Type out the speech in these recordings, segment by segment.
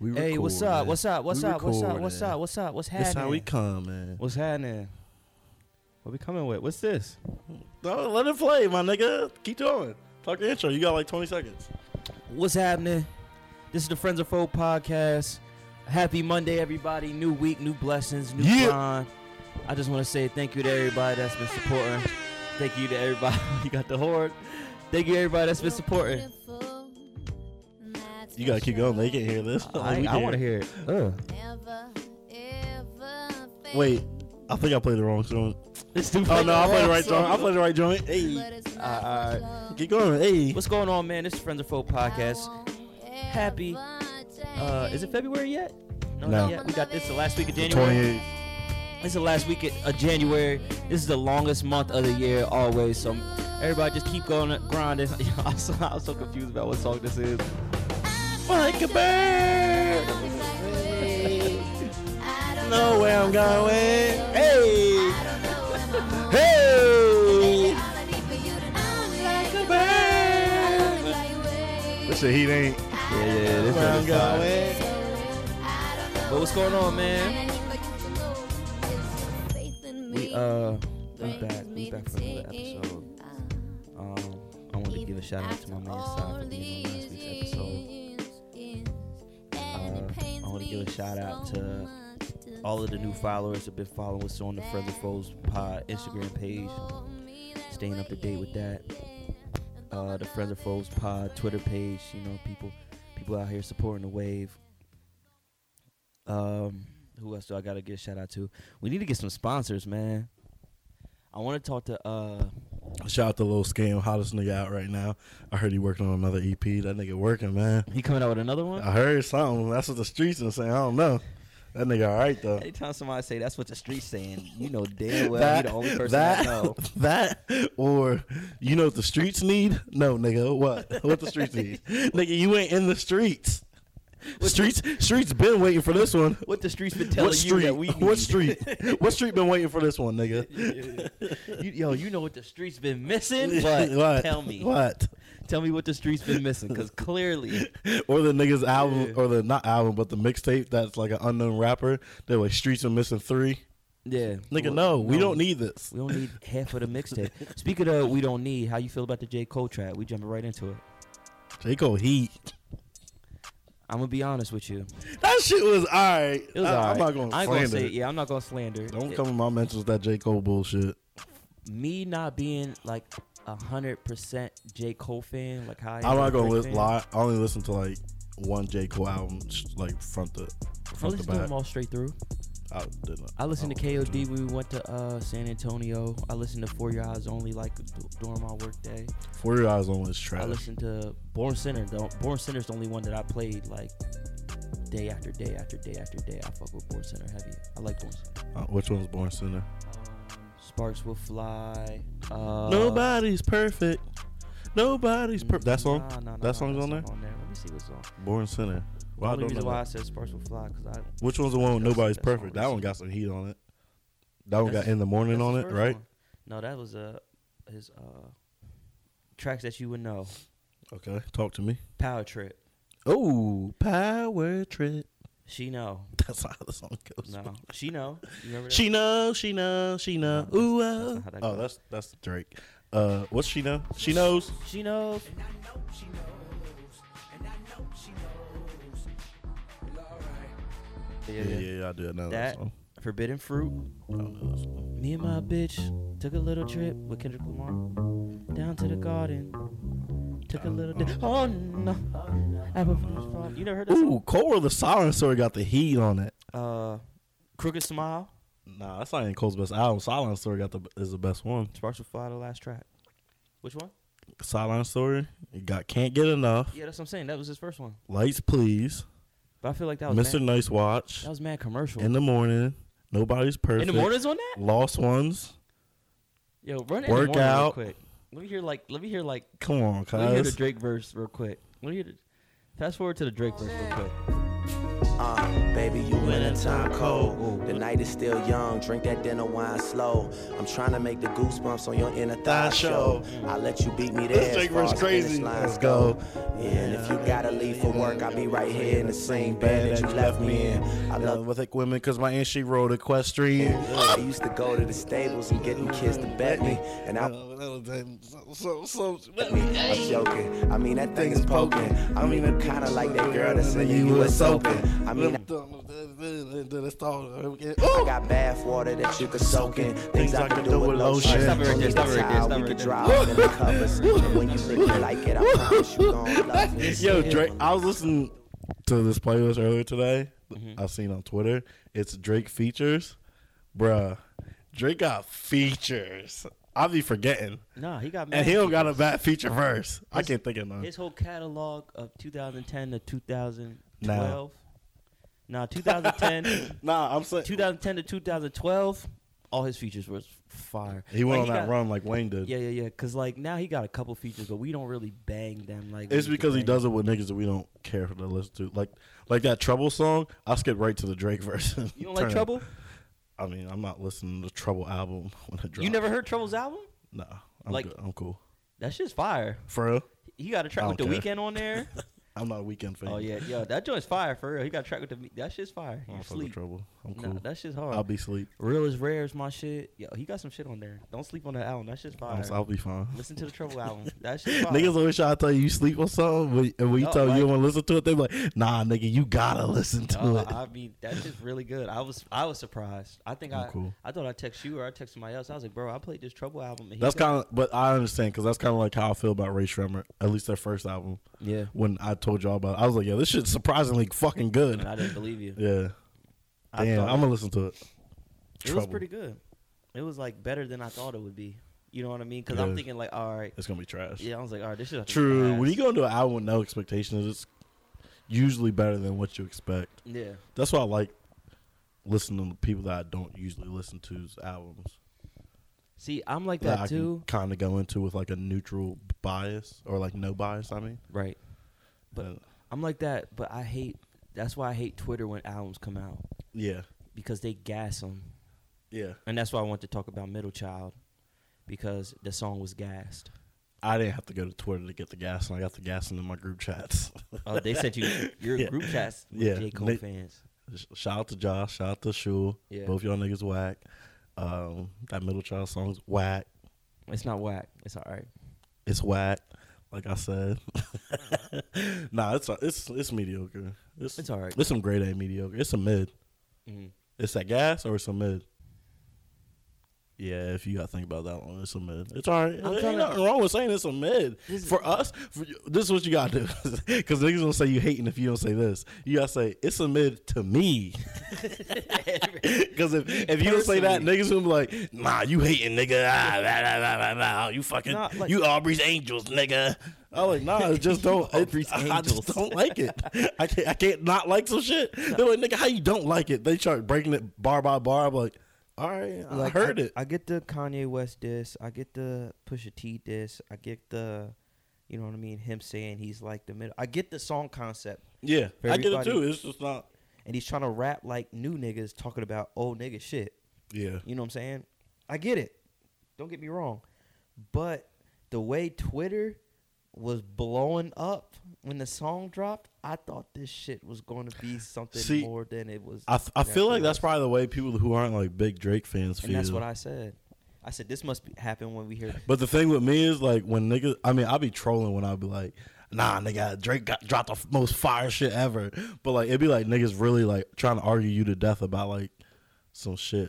We Hey, what's up? recording. What's up? What's We up? What's up? recording. What's up? What's up? What's happening? That's how we come, man. What's happening? What we coming with? What's this? Don't let it play, my nigga. Keep going. Talk the intro. You got like 20 seconds. What's happening? This is the Friends of Foe podcast. Happy Monday, everybody. New week, new blessings, new Yeah. grind. I just want to say thank you to everybody that's been supporting. Thank you to everybody. you got the horde. Thank you, everybody that's been supporting. You gotta keep going. They can hear this. Like, I, we I can want to hear it. Ugh. Wait, I think I played the wrong song. It's too Oh no, I played the right song. I played the right joint. Hey, Uh, keep going. Hey, What's going on, man? This is Friends of Foe podcast. Happy. Uh, is it February yet? No. not yet. We got this the last week of January. 28. This is the last week of of January. This is the longest month of the year, always. So everybody just keep going, grinding. I'm so, I'm so confused about what song this is. Like a bird. Know where I'm going. Hey, hey. Like a bird. This shit, he ain't. Yeah, yeah, this Where I'm is fire. going. But what's going on, man? We uh, we back, we back for another episode. Um, I wanted to give a shout out to my man Sai for being on last week's episode. Uh, I want to give a shout out to all of the new followers that've been following us on the Friends of Foes Pod Instagram page. Staying up to date with that. Uh, the Friends of Foes Pod Twitter page. You know, people people out here supporting the wave. Um, who else do I gotta give a shout out to? We need to get some sponsors, man. I want to talk to uh, Shout out to Lil Scam, hottest nigga out right now. I heard he working on another EP. That nigga working, man. he coming out with another one. I heard something. That's what the streets are saying. I don't know. That nigga all right though. Anytime somebody say that's what the street's saying, you know damn well that, you the only person that, I know. that, or you know what the streets need? No, nigga, what? What the streets need? nigga, you ain't in the streets. streets, streets been waiting for this one. What the streets been telling what you street? that we need. what street? what street been waiting for this one, nigga? You- yo, you know what the streets been missing? What? what? Tell me. what? Tell me what the streets been missing, because clearly, Or the niggas album, Yeah. or the not album, but the mixtape that's like an unknown rapper. They're like streets are missing three. yeah, Nigga, Well, no, we don't need this. We don't need half of the mixtape. Speaking of, we don't need. How you feel about the J Cole track? We jumping right into it. J Cole heat. I'm gonna be honest with you. That shit was alright. It was I- alright. I'm not gonna I ain't slander. say it. yeah. I'm not gonna slander. Don't It- come in my mentions with that J Cole bullshit. Me not being like a hundred percent J Cole fan, like how I am I'm a not gonna Drake li- fan. lie. I only listen to like one J Cole album, sh- like front to I front to listen to back. them all straight through. I didn't. I listened to don't listen KOD when we went to uh, San Antonio. I listened to For Your Eyes Only like d- during my work day. Four Your Eyes on is I trash. listened to Born Sinner. The, Born Sinner's the only one that I played like day after day after day after day. I fuck with Born Sinner heavy. I like Born Sinner. Uh, which one's Born Sinner? Um, Sparks Will Fly. Uh, Nobody's perfect. Nobody's perfect. That song. Nah, nah, nah, that nah, song's on there? not Let me see what's on. Born Sinner. Well, I only don't know reason why I that. said Sparks Will Fly because I Which one's the one with That's- Nobody's that's the perfect? That only one got some heat on it. That one got That's- in the morning That's on his it, first right? one. No, that was uh his uh tracks that you would know. Okay, talk to me. Power Trip. Oh, power trip. She know. That's how the song goes. No, she know. You remember that? She know, she know, she know. No, Ooh, that's- that's uh. not how that oh, goes. that's that's Drake. Uh, what's she know? She knows. She knows. Yeah, Yeah, yeah. yeah, I do know that. That Song. forbidden fruit. I don't know that song. Me and my bitch took a little trip with Kendrick Lamar down to the garden. Took a little dip. Oh no, apple from his frog. You never heard that Ooh, Cora the Silent Story got the heat on it. song? Uh, crooked smile. Nah, that's not even Cole's best album. Silent Story got the is the best one. Sparks will fly. The last track. Which one? Silent Story it got can't get enough. Yeah, that's what I'm saying. That was his first one. Lights please. But I feel like that was Mr. Mad, Nice Watch. that was mad commercial. In the morning. Nobody's perfect. In the mornings on that? Lost ones. Yo, run in the morning real Workout. quick. Let me hear like let me hear like Come on, let me hear the cuz. Drake verse real quick. Let me hear the fast forward to the Drake verse real quick. Uh, baby, you wintertime cold. The night is still young. Drink that dinner wine slow. I'm trying to make the goosebumps on your inner thigh Thigh show. show. I let you beat me there. This as thing far was as finish crazy. lines Let's go. Yeah, and if you gotta leave for work, I'll be right here in the same bed that you left me in. I I love love thick women because my aunt she rode equestrian. I used to go to the stables and get them kids to bet me, and I so, so, I'm joking. I mean that thing is poking. I mean I'm kinda like that girl that's in the you US was Open. open. I mean I got bath water that you could soak in. Things I can do with lotion. Stop it right there, stop it right there, stop it We right could there. dry off in the covers. And when you think you like it, I promise you gon' love it. Yo, Drake. I was listening to this playlist earlier today. Mm-hmm. I've seen on Twitter. It's Drake features, bruh. Drake got features. I be forgetting, Nah, he got mad. and he don't got a bad feature verse. I His- can't think of none. his whole catalog of 2010 to 2012. Nah. Nah, 2010, Nah, I'm saying 2010 to 2012. All his features was fire. he went Like, on that got- run like Wayne did. Yeah, yeah, yeah. Cause like now he got a couple features, but we don't really bang them. Like we It's could because he bang. does it with niggas that we don't care to listen to. Like like that trouble song, I skip right to the Drake version. You don't like Trouble? I mean, I'm not listening to Trouble album when it drops. You never heard Trouble's album? Nah, I'm like- good. I'm cool. That shit's fire. For real, He got a track I with the don't care. weekend on there. I'm not a weekend fan. oh yeah, yo, that joint's fire for real. He got a track with the Me- that shit's fire. I You don't fuck with sleep. Trouble. I'm Nah, cool. that shit's I'll hard. be sleep. Real is rare is my shit. Yo, he got some shit on there. Don't sleep on that album. That shit's fire. I'm- I'll be fine. Listen to the Trouble album. That shit's fire. Niggas always try to tell you you sleep or something, but, and when you No, tell 'em you like- don't want to listen to it, they be like, "Nah, nigga, you gotta listen to No, it." I mean that shit's really good. I was I was surprised. I think I'm I cool. I thought I text you or I text somebody else. I was like, bro, I played this Trouble album. And he that's got- kind of, but I understand because that's kind of like how I feel about Ray Shremmer, at least their first album. yeah. when I told y'all about it. I was like, yeah, this shit's surprisingly fucking good. And I didn't believe you. Yeah. I Damn, thought- I'm gonna listen to it. It was Trouble. pretty good. It was like better than I thought it would be. You know what I mean? Because I'm Yeah. thinking like, all right, It's gonna be trash. yeah. I was like, all right, this is True. When you go into an album with no expectations, it's usually better than what you expect. yeah, That's why I like listening to people that I don't usually listen to's albums. see, I'm like That, that, I too, can kind of go into with like a neutral bias or like no bias. I mean, right? But- Uh, I'm like that, but I hate. That's why I hate Twitter when albums come out yeah, because they gas them, yeah. and that's why I want to talk about Middle Child because the song was gassed. I didn't have to go to Twitter to get the gas, and I got the gas in my group chats. Oh, they sent you your Yeah. group chats with Yeah. J Cole They- fans. Sh- Shout out to Josh. Shout out to Shul. Yeah. Both y'all niggas whack. Um, that middle child song's whack. It's not whack. It's all right. It's whack. Like I said, nah, it's it's it's mediocre. It's It's all right. It's some grade A mediocre. It's a mid. Mhm. It's a gas or it's a mid. Yeah, if you gotta think about that one, it's a mid. It's all right. There tryna- ain't nothing wrong with saying it's a mid. This is- for us, for, you- this is what you gotta do, because niggas gonna say you hating if you don't say this. You gotta say it's a mid to me. Because if, if you don't say that, Personally. niggas will be like, nah, you hating, nigga. Ah, blah, blah, blah, blah, blah. You fucking, Nah, like- you Aubrey's Angels, nigga. I'm like, nah, it just don't. it- Aubrey's I, I Angels. just don't like it. I can't, I can't not like some shit. They're like, nigga, how you don't like it? They start breaking it bar by bar. I'm like, all right, Like, I heard it. I get the Kanye West diss. I get the Pusha T diss. I get the, you know what I mean, him saying he's like the middle. I get the song concept, yeah, for I get it everybody. too. It's just not. and he's trying to rap like new niggas talking about old nigga shit. Yeah. You know what I'm saying? I get it. Don't get me wrong, but the way Twitter was blowing up when the song dropped, I thought this shit was going to be something See, more than it was. I, I feel like that's probably the way people who aren't like big Drake fans feel. and that's what I said. I said this must be, happen when we hear But the thing with me is like when niggas, I mean, I be trolling when I be like, nah, nigga, Drake got, dropped the f- most fire shit ever. But like it'd be like niggas really like trying to argue you to death about like some shit.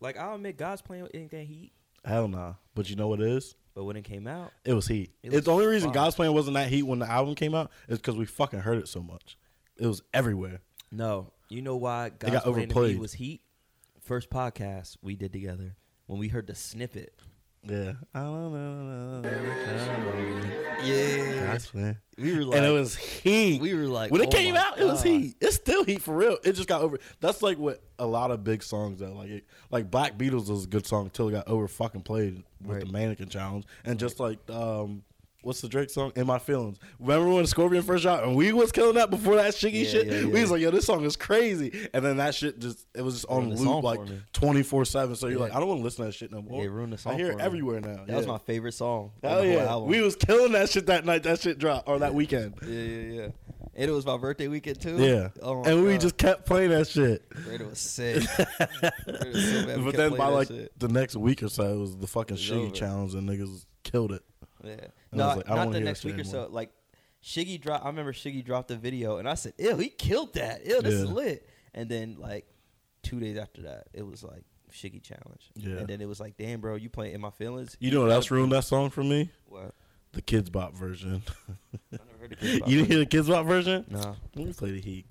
Like I'll admit, God's playing with anything he eat, Hell nah. But you know what it is? but when it came out, It was heat. It was it's the only reason fire. God's plan wasn't that heat when the album came out is because we fucking heard it so much. It was everywhere. no, you know why God's got playing to me overplayed. was heat. First podcast we did together when we heard the snippet. Yeah. I don't know. Yeah, God's plan. we were like, and it was heat. we were like, when it oh came my out, it was God. heat. It's still heat for real. It just got over. That's like what a lot of big songs that like it, like Black Beatles was a good song until it got over fucking played with Right. the Mannequin Challenge and just like um What's the Drake song? In my feelings. Remember when Scorpion first shot and we was killing that before that shiggy Yeah, shit? yeah, We was yeah. like, yo, this song is crazy. And then that shit just it was just on Ruined the loop song like for me. twenty four seven. So you're Yeah. like, I don't want to listen to that shit no more. They ruined the I song hear for it me. everywhere now. That was my favorite song. on Hell the whole yeah. album. We was killing that shit that night, that shit dropped or that weekend. yeah, yeah, yeah. And it was my birthday weekend too. Yeah. Oh my and we God. just kept playing that shit. Brandon was sick. Brandon was so mad but we kept then playing by that like shit. the next week or so, it was the fucking It was Shiggy over. challenge and niggas killed it. Yeah. And I No, was like, I don't not wanna the hear next that shit week or so. anymore. Like Shiggy dropped. I remember Shiggy dropped a video, and I said, "Ew, he killed that. Ew, this is Yeah. lit." And then like two days after that, it was like Shiggy challenge. Yeah. And then it was like, "Damn, bro, you playing in my feelings." You know what else ruined that song for me? What? The Kids Bop version. I never heard of Kid Bop. you didn't hear the Kids Bop version? Nah. Let me play the heat.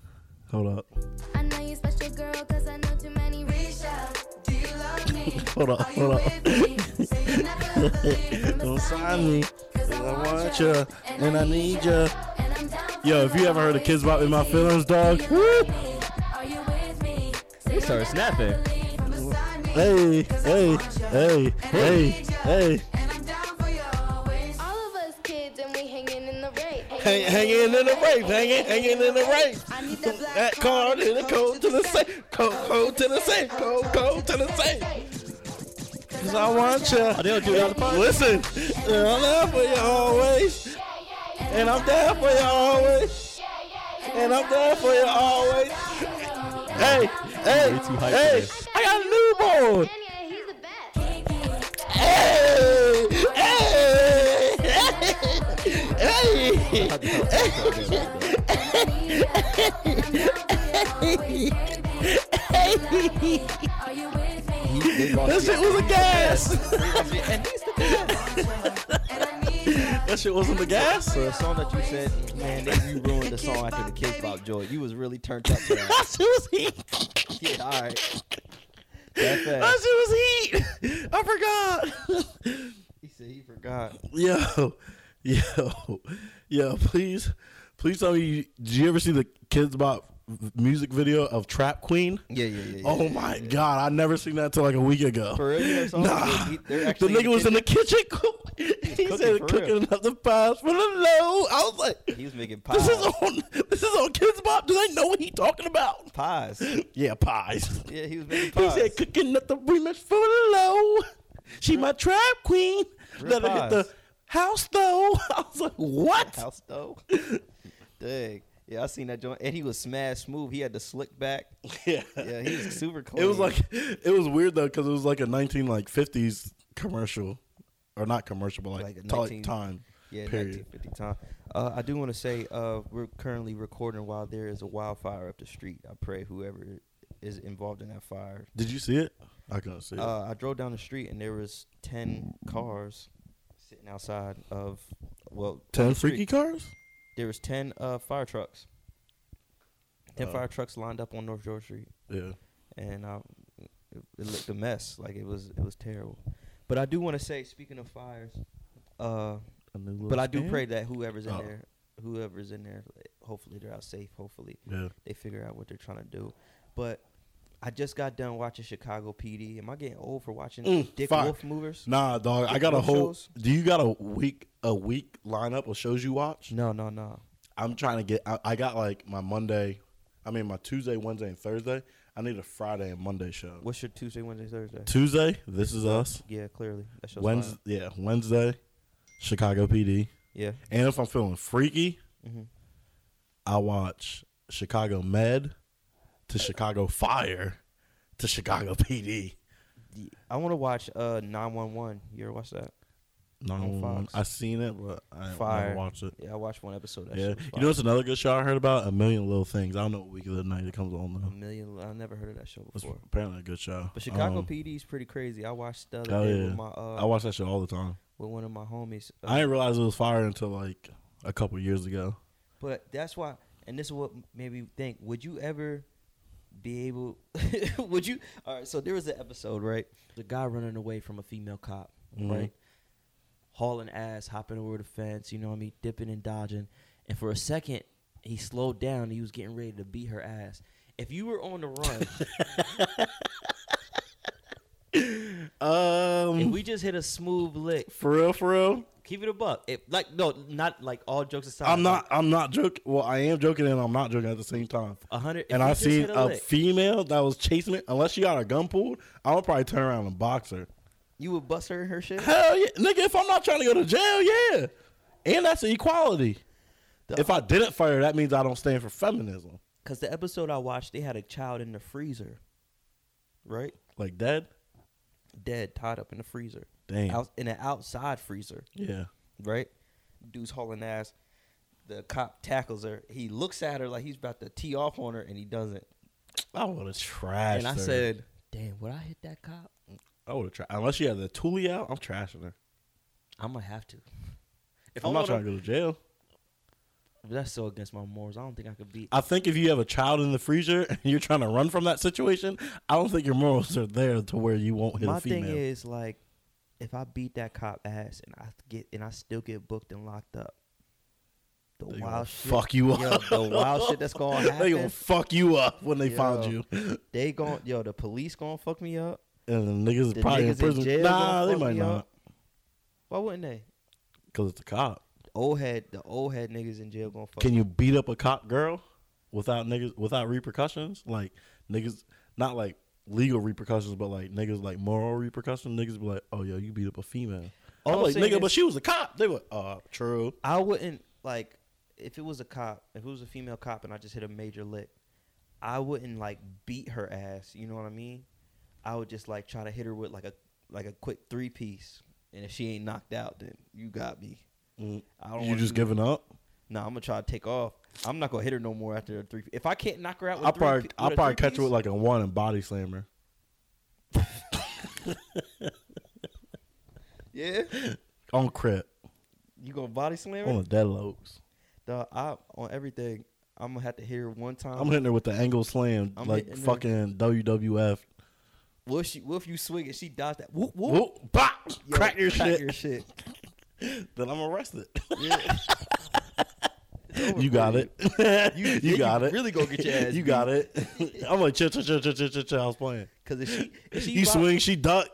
Hold up. I know you special girl, cause I know too many reach out. Do you love me? Hold up, Are you hold up. with me? Say you never believe. Don't Don't sign me, Cause I I want want ya, you, and I need ya. And I'm down for Yo, if you ever heard of Kids Bop in my feelings, dog, Do you woo! love me? Are you with me? Say They started you never snapping. believe. Come beside me. Hey, Cause I hey, want hey, ya, and I hey, need ya, hey. And I'm down for you always. All of us kids and we hanging in the rain. Hang, hanging in the rape, hanging, hanging in the rape. I need that black That card in the cold to the safe, cold, cold to the safe, cold, cold to the safe. Cause I want you. I don't Oh, do Listen, and I'm down for you always, and I'm down for you always, and I'm down for you always. Hey, hey, Way too hyped hey! for I got a newborn. Hey, hey, hey, hey. That shit was a gas. and he's the That shit wasn't the gas. So the song that you said, man, they, you ruined the song after the Kids Bop joy. You was really turned up to That that. shit was heat. yeah, all right. That That fast. shit was heat. I forgot. He said he forgot. Yo, yo, yo! Please, please tell me. You, did you ever see the Kids Bop music video of Trap Queen? Yeah, yeah, yeah. yeah. Oh my God! I never seen that till like a week ago. For real, you never saw it? nah, They- they- they're the actually nigga in the was in the kitchen. cook- he cooking said for cooking up the pies for the low. I was like, He was making pies. this is on this is on Kids Bop. Do they know what he talking about? pies. Yeah, pies. Yeah, he was making He pies. said cooking up the remix for the low. She my trap queen. Real Let her hit the pies. house though. I was like, what? house though. Dang. Yeah, I seen that joint, and he was smash smooth. He had the slick back. Yeah. Yeah, he was super clean. It was like it was weird though because it was like a nineteen like fifties commercial, or not commercial, but like, Like a ti- 19 time yeah, period. 1950 time. Uh, I do want to say uh, we're currently recording while there is a wildfire up the street. I pray whoever is involved in that fire. Did you see it? I couldn't see it. Uh, I drove down the street and there was ten cars sitting outside of well on Ten the street. freaky cars. There was ten uh, fire trucks. Ten Oh. fire trucks lined up on North George Street. Yeah. and I, it, it looked a mess. Like it was, it was terrible. But I do want to say, speaking of fires, uh, but I do pray that whoever's in Oh. there, whoever's in there, like, hopefully they're out safe. Hopefully Yeah. they figure out what they're trying to do. But I just got done watching Chicago PD. Am I getting old for watching Mm, Dick fire. Wolf movers? Nah, dog. I Dick got a Wolf whole. shows? Do you got a week a week lineup of shows you watch? No, no, no. I'm trying to get. I, I got like my Monday. I mean my Tuesday, Wednesday, and Thursday. I need a Friday and Monday show. What's your Tuesday, Wednesday, Thursday? Tuesday, This Is Us. Yeah, clearly. That show's Wednesday, yeah, fire. Wednesday, Chicago PD. Yeah. And if I'm feeling freaky, Mhm. I watch Chicago Med to Chicago Fire to Chicago PD. The- I want to watch uh 911. You ever watch that? No, Fox. Um, I seen it, but I Fire. never watched it. Yeah, I watched one episode. That Yeah, shit was you fire. know what's another good show I heard about? A Million Little Things. I don't know what week of the night it comes on A though. million. I never heard of that show It's before. apparently a good show. Mm-hmm. But Chicago Um, PD is pretty crazy. I watched the other Oh day yeah, with my uh, I watch that show all the time. with one of my homies. Uh, I didn't realize it was fire until like a couple years ago. but that's why, and this is what made me think: Would you ever be able? would you? All right. So there was an episode, right? The guy running away from a female cop, Mhm. right? Hauling ass, hopping over the fence. You know what I mean? Dipping and dodging. And for a second, he slowed down. He was getting ready to beat her ass. If you were on the run, Um, If we just hit a smooth lick, for real, for real. keep it a buck. If like no, not like all jokes aside. I'm not. I'm not joking. Well, I am joking, and I'm not joking at the same time. a hundred. if And we I just seen hit a, lick, female that was chasing me. Unless she got a gun pulled, I would probably turn around and box her. you would bust her in her shit. Hell yeah, nigga! If I'm not trying to go to jail, yeah. And that's equality. The- if I didn't fight her, that means I don't stand for feminism. Cause the episode I watched, they had a child in the freezer, right? Like that. Dead, tied up in the freezer, Damn. Out, in an outside freezer, Yeah. right? Dude's hauling ass. The cop tackles her. He looks at her like he's about to tee off on her, and he doesn't. I would have trashed and I her. said, "Damn, would I hit that cop? I would have tried. Unless she had the toolie out, I'm trashing her. I'm gonna have to." If I'm I not wanna- trying to go to jail. That's so against my morals. I don't think I could beat. I think if you have a child in the freezer and you're trying to run from that situation, I don't think your morals are there to where you won't hit My a female. thing is like, if I beat that cop ass and I get and I still get booked and locked up, the They gonna wild shit, fuck you yo, up. the wild shit that's gonna they happen. gonna fuck you up when they find you, Yo. they gon' yo, the police gonna fuck me up. and the niggas The is probably niggas in prison. in jail. nah, gonna they fuck might me not, up. Why wouldn't they? cause it's a cop. Old head, the old head niggas in jail gonna fuck. Can me you beat up a cop girl without niggas without repercussions? Like niggas, not like legal repercussions, but like niggas like moral repercussions. Niggas be like, oh yo, you beat up a female. All I'm I'm like, saying nigga, but is- she was a cop. They were, uh, true. I wouldn't like if it was a cop, if it was a female cop, and I just hit a major lick. I wouldn't like beat her ass. You know what I mean? I would just like try to hit her with like a like a quick three piece, and if she ain't knocked out, then you got me. Mm. I don't. You wanna just do that. giving up? Nah, I'm gonna try to take off. I'm not gonna hit her no more after a three. If I can't knock her out, with I'll three probably pi- I'll a probably three catch her with like piece, a one and body slammer. yeah. On crip. You gonna body slam On her? the dead lopes. Duh, I, on everything. I'm gonna have to hit her one time. I'm hitting her with the angle slam I'm like hitting her. fucking WWF. What if she? What if you swing it? She dodged that. Whoop whoop. Whoop, bop, Yo, crack your shit. Your shit. then I'm arrested. Yeah. you got it. you, yeah, got it. Really gonna get your ass. you got it. I'm like chill, chill, chill, chill, chill, chill, chill. I was playing. Because if she, if she You bob- swing, she duck,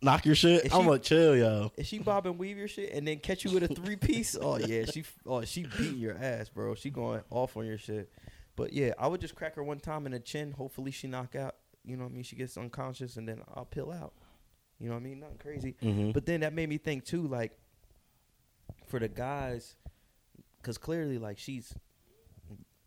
knock your shit. If I'm she- like chill, yo. if she bob and weave your shit and then catch you with a three piece, oh yeah, she, oh she beating your ass, bro. She going off on your shit. But yeah, I would just crack her one time in the chin. Hopefully she knock out. You know what I mean? She gets unconscious and then I'll pill out. You know what I mean? Nothing crazy. Mhm. But then that made me think too, like for the guys, because clearly, like she's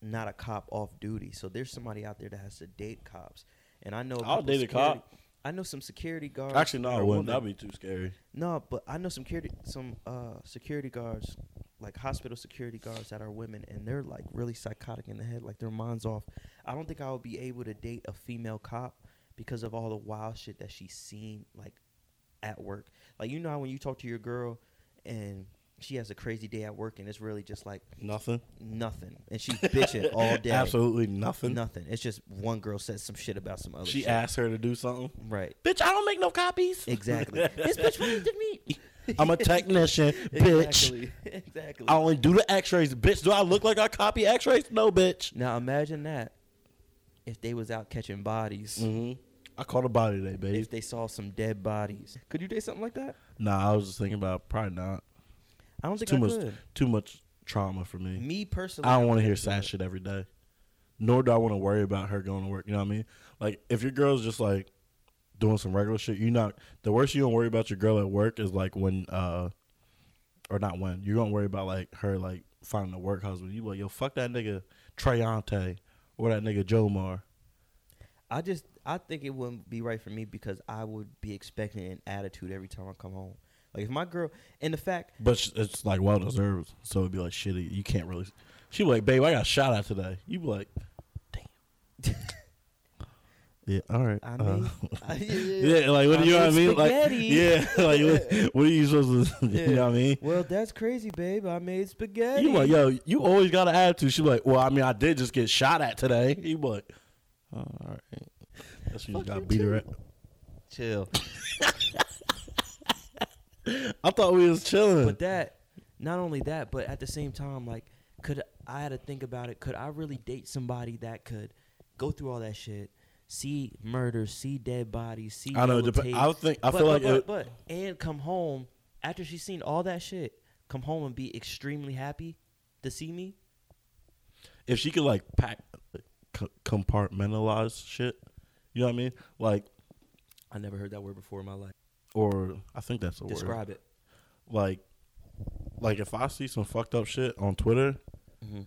not a cop off duty, so there's somebody out there that has to date cops. And I know a I'll couple date a security- cop. I know some security guards. Actually, no, or I wouldn't. women- That'd be too scary. no, but I know some security, some uh, security guards, like hospital security guards that are women, and they're like really psychotic in the head, like their minds off. I don't think I would be able to date a female cop because of all the wild shit that she's seen, like at work. Like you know how when you talk to your girl, and she has a crazy day at work, and it's really just like Nothing. nothing, and she's bitching all day, Absolutely nothing. nothing. It's just one girl says some shit about some other. She shit. asked her to do something. right? Bitch, I don't make no copies. Exactly. this bitch wanted to meet. I'm a technician, bitch. Exactly. exactly. I only do the X-rays, bitch. Do I look like I copy X-rays? No, bitch. Now imagine that if they was out catching bodies, Mm-hmm. I caught a body today, if babe. they saw some dead bodies, could you date something like that? Nah, I was just thinking about probably not. I don't think Too I much, could. too much trauma for me. Me personally, I don't want to hear couldn't do sad it. shit every day. Nor do I want to worry about her going to work. You know what I mean? Like if your girl's just like doing some regular shit, you not the worst you don't worry about your girl at work is like when uh or not when you're gonna worry about like her like finding a work husband. You like yo fuck that nigga Treyante or that nigga Jomar. I just I think it wouldn't be right for me because I would be expecting an attitude every time I come home. Like if my girl and the fact But sh- it's like well deserved, so it'd be like shitty. You can't really. She be like, babe, I got shot at today. You be like, damn. yeah, all right. I uh, mean, I- Yeah, like what do you know what I mean? Like, spaghetti. yeah, like what, what are you supposed to? You know what I mean? Well, that's crazy, babe. I made spaghetti. You like, yo, you always got an attitude. She be like, well, I mean, I did just get shot at today. You be like, oh, all right. That's what you Fuck got you beat her at. too. Chill. I thought we was chilling. but that not only that but at the same time like could i had to think about it could i really date somebody that could go through all that shit see murder, see dead bodies, see. I know, yellow it dep- tape. I would think- I but, feel but, like but, it- but and come home after she's seen all that shit. Come home and be extremely happy to see me. if she could like pack c- compartmentalize shit, you know what I mean? Like I never heard that word before in my life. or I think that's the word. Describe it. Like like if I see some fucked up shit on Twitter, Mm-hmm.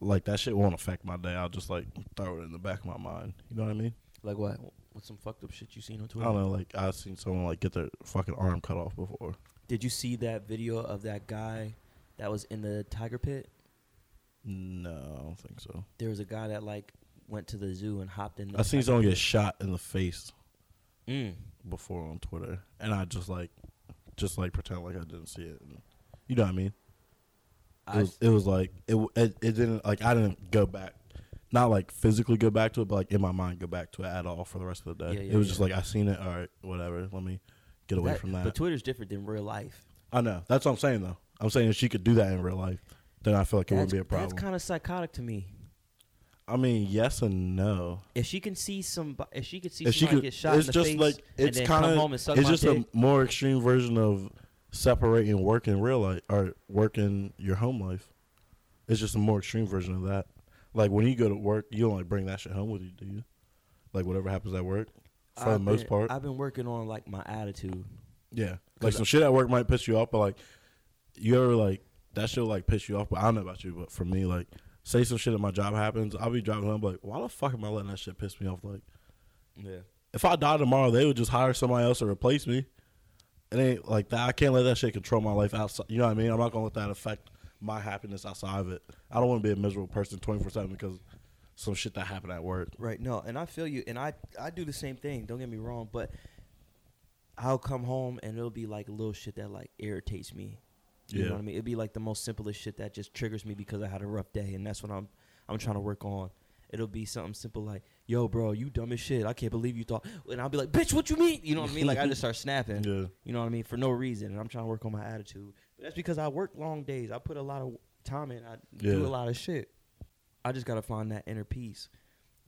like that shit won't affect my day. I'll just like throw it in the back of my mind. You know what I mean? Like what? What's some fucked up shit you seen on I Twitter? don't know, like I've seen someone like get their fucking arm cut off before. Did you see that video of that guy that was in the tiger pit? No, I don't think so. There was a guy that like went to the zoo and hopped in. The I seen tiger- someone get shot in the face Mm. before on Twitter, and I just like, just like pretend like I didn't see it. And, you know what I mean? It I was, it was like it, w- it it didn't like I didn't go back, not like physically go back to it, but like in my mind go back to it at all for the rest of the day. Yeah, yeah, it was yeah. just like I seen it. All right, whatever. Let me get away that- from that. But Twitter's different than real life. I know that's what I'm saying though. I'm saying if she could do that in real life, then I feel like it wouldn't That's, be a problem. that's kind of psychotic to me. I mean, yes and no. If she can see some, if she could see if she somebody could, get shot it's in the just face, like and it's then kind come of home and it's suck my just dick, a more extreme version of separating work and real life or work and your home life. It's just a more extreme version of that. Like when you go to work, you don't like bring that shit home with you, do you? Like whatever happens at work, for the I've most been- part, I've been working on like my attitude. yeah. Like 'cause some shit at work might piss you off, but like you ever like that shit like piss you off. But I don't know about you, but for me, like say some shit at my job happens, I'll be driving home, like why the fuck am I letting that shit piss me off? Like Yeah, if I die tomorrow, they would just hire somebody else to replace me. It ain't like that. I can't let that shit control my life outside. You know what I mean? I'm not gonna let that affect my happiness outside of it. I don't want to be a miserable person 24 seven because some shit that happened at work. right. No, and I feel you, and I I do the same thing. Don't get me wrong, but I'll come home and it'll be like little shit that like irritates me. You Yeah. know what I mean? It'd be like the most simplest shit that just triggers me because I had a rough day, and that's what I'm I'm trying to work on. It'll be something simple like, "Yo, bro, you dumb as shit. I can't believe you thought." And I'll be like, "Bitch, what you mean?" You know what I mean? Like I just start snapping. Yeah. You know what I mean? For no reason, and I'm trying to work on my attitude. But that's because I work long days. I put a lot of time in. I do Yeah. a lot of shit. I just gotta find that inner peace.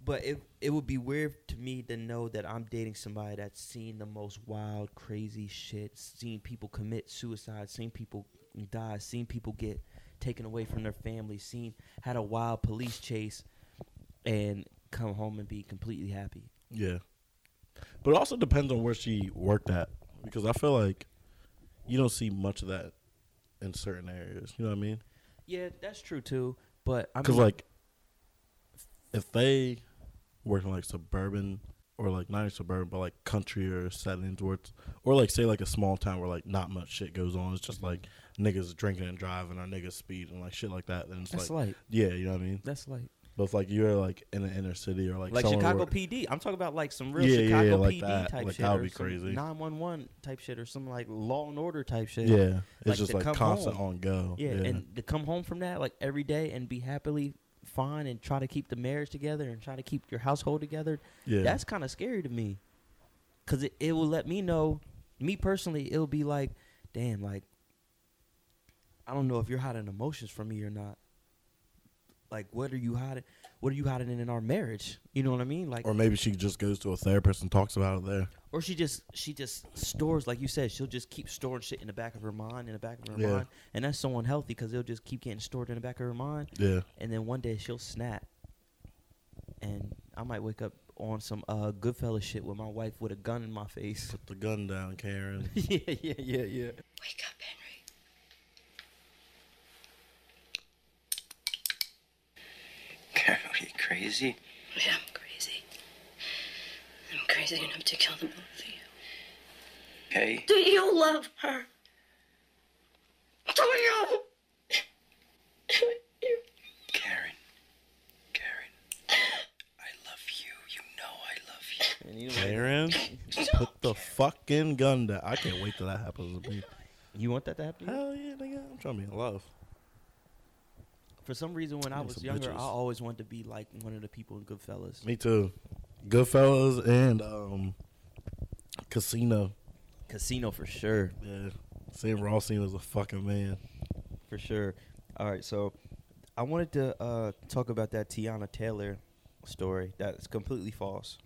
But it it would be weird to me to know that I'm dating somebody that's seen the most wild, crazy shit, seen people commit suicide, seen people die, seen people get taken away from their family, seen had a wild police chase, and come home and be completely happy. Yeah. But it also depends on where she worked at because I feel like you don't see much of that in certain areas. You know what I mean? Yeah, that's true too. But I'm Because like, if they work in like suburban or like not even suburban, but like country or settings where it's or like say like a small town where like not much shit goes on. It's just like niggas drinking and driving or niggas speeding like shit like that. Then it's that's like, like yeah, you know what I mean. that's like But if like you're like in an inner city or like like somewhere Chicago where- PD. I'm talking about like some real Yeah, yeah, Chicago yeah, like PD that. type Like, shit, that would or be some crazy. 911 type shit, or some like Law and Order type shit. yeah, it's Like, just to like come constant home. on go. yeah, and to come home from that like every day and be happily fine and try to keep the marriage together and try to keep your household together. yeah. That's kind of scary to me, cause it it will let me know, me personally, it'll be like, damn, like I don't know if you're hiding emotions from me or not. Like, what are you hiding? What are you hiding in our marriage? You know what I mean? Like, or maybe she just goes to a therapist and talks about it there. or she just she just stores like you said she'll just keep storing shit in the back of her mind in the back of her Yeah. mind and that's so unhealthy because it'll just keep getting stored in the back of her mind Yeah, and then one day she'll snap and i might wake up on some uh goodfella shit with my wife with a gun in my face put the gun down, Karen. yeah yeah yeah yeah Wake up, Henry. Carol, are you crazy? Yeah, I'm crazy. I'm crazy enough to kill them both of you. Okay. Do you love her? Do you? Karen. Karen. I love you. You know I love you. and you, know, like, Karen, put the fucking gun down. I can't wait till that happens to me. you want that to happen to you? Hell yeah, nigga. I'm trying to be in love. for some reason when i Need was some younger i bitches. always wanted to be like one of the people in goodfellas Me too. Goodfellas and um, Casino. casino for sure Yeah. Sam Rothstein was a fucking man. for sure. All right, so I wanted to uh, talk about that Tiana Taylor story. That's completely false.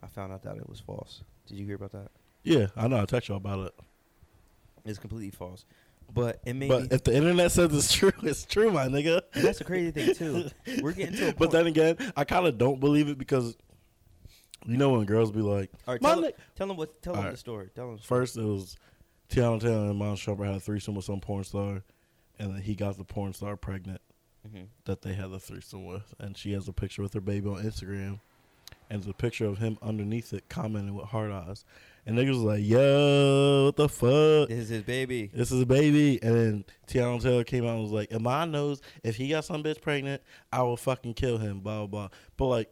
I found out that it was false. Did you hear about that? Yeah, I know. I text y'all about it. It's completely false. But it made me, But if the internet says it's true, it's true, my nigga. and that's the crazy thing too. We're getting to a But point- then again, I kind of don't believe it because you know when girls be like, All right, my tell, ni- tell them what. Tell All them the right. story. Tell them. First, it was Tiana Taylor and Mom Shumpert had a threesome with some porn star, and then he got the porn star pregnant Mhm. that they had the threesome with, and she has a picture with her baby on Instagram, and there's a picture of him underneath it commenting with hard eyes, and niggas was like, "Yo, what the fuck? This is his baby. This is a baby." And then Tiana Taylor came out and was like, "If mine knows if he got some bitch pregnant, I will fucking kill him." Blah blah. blah. But like,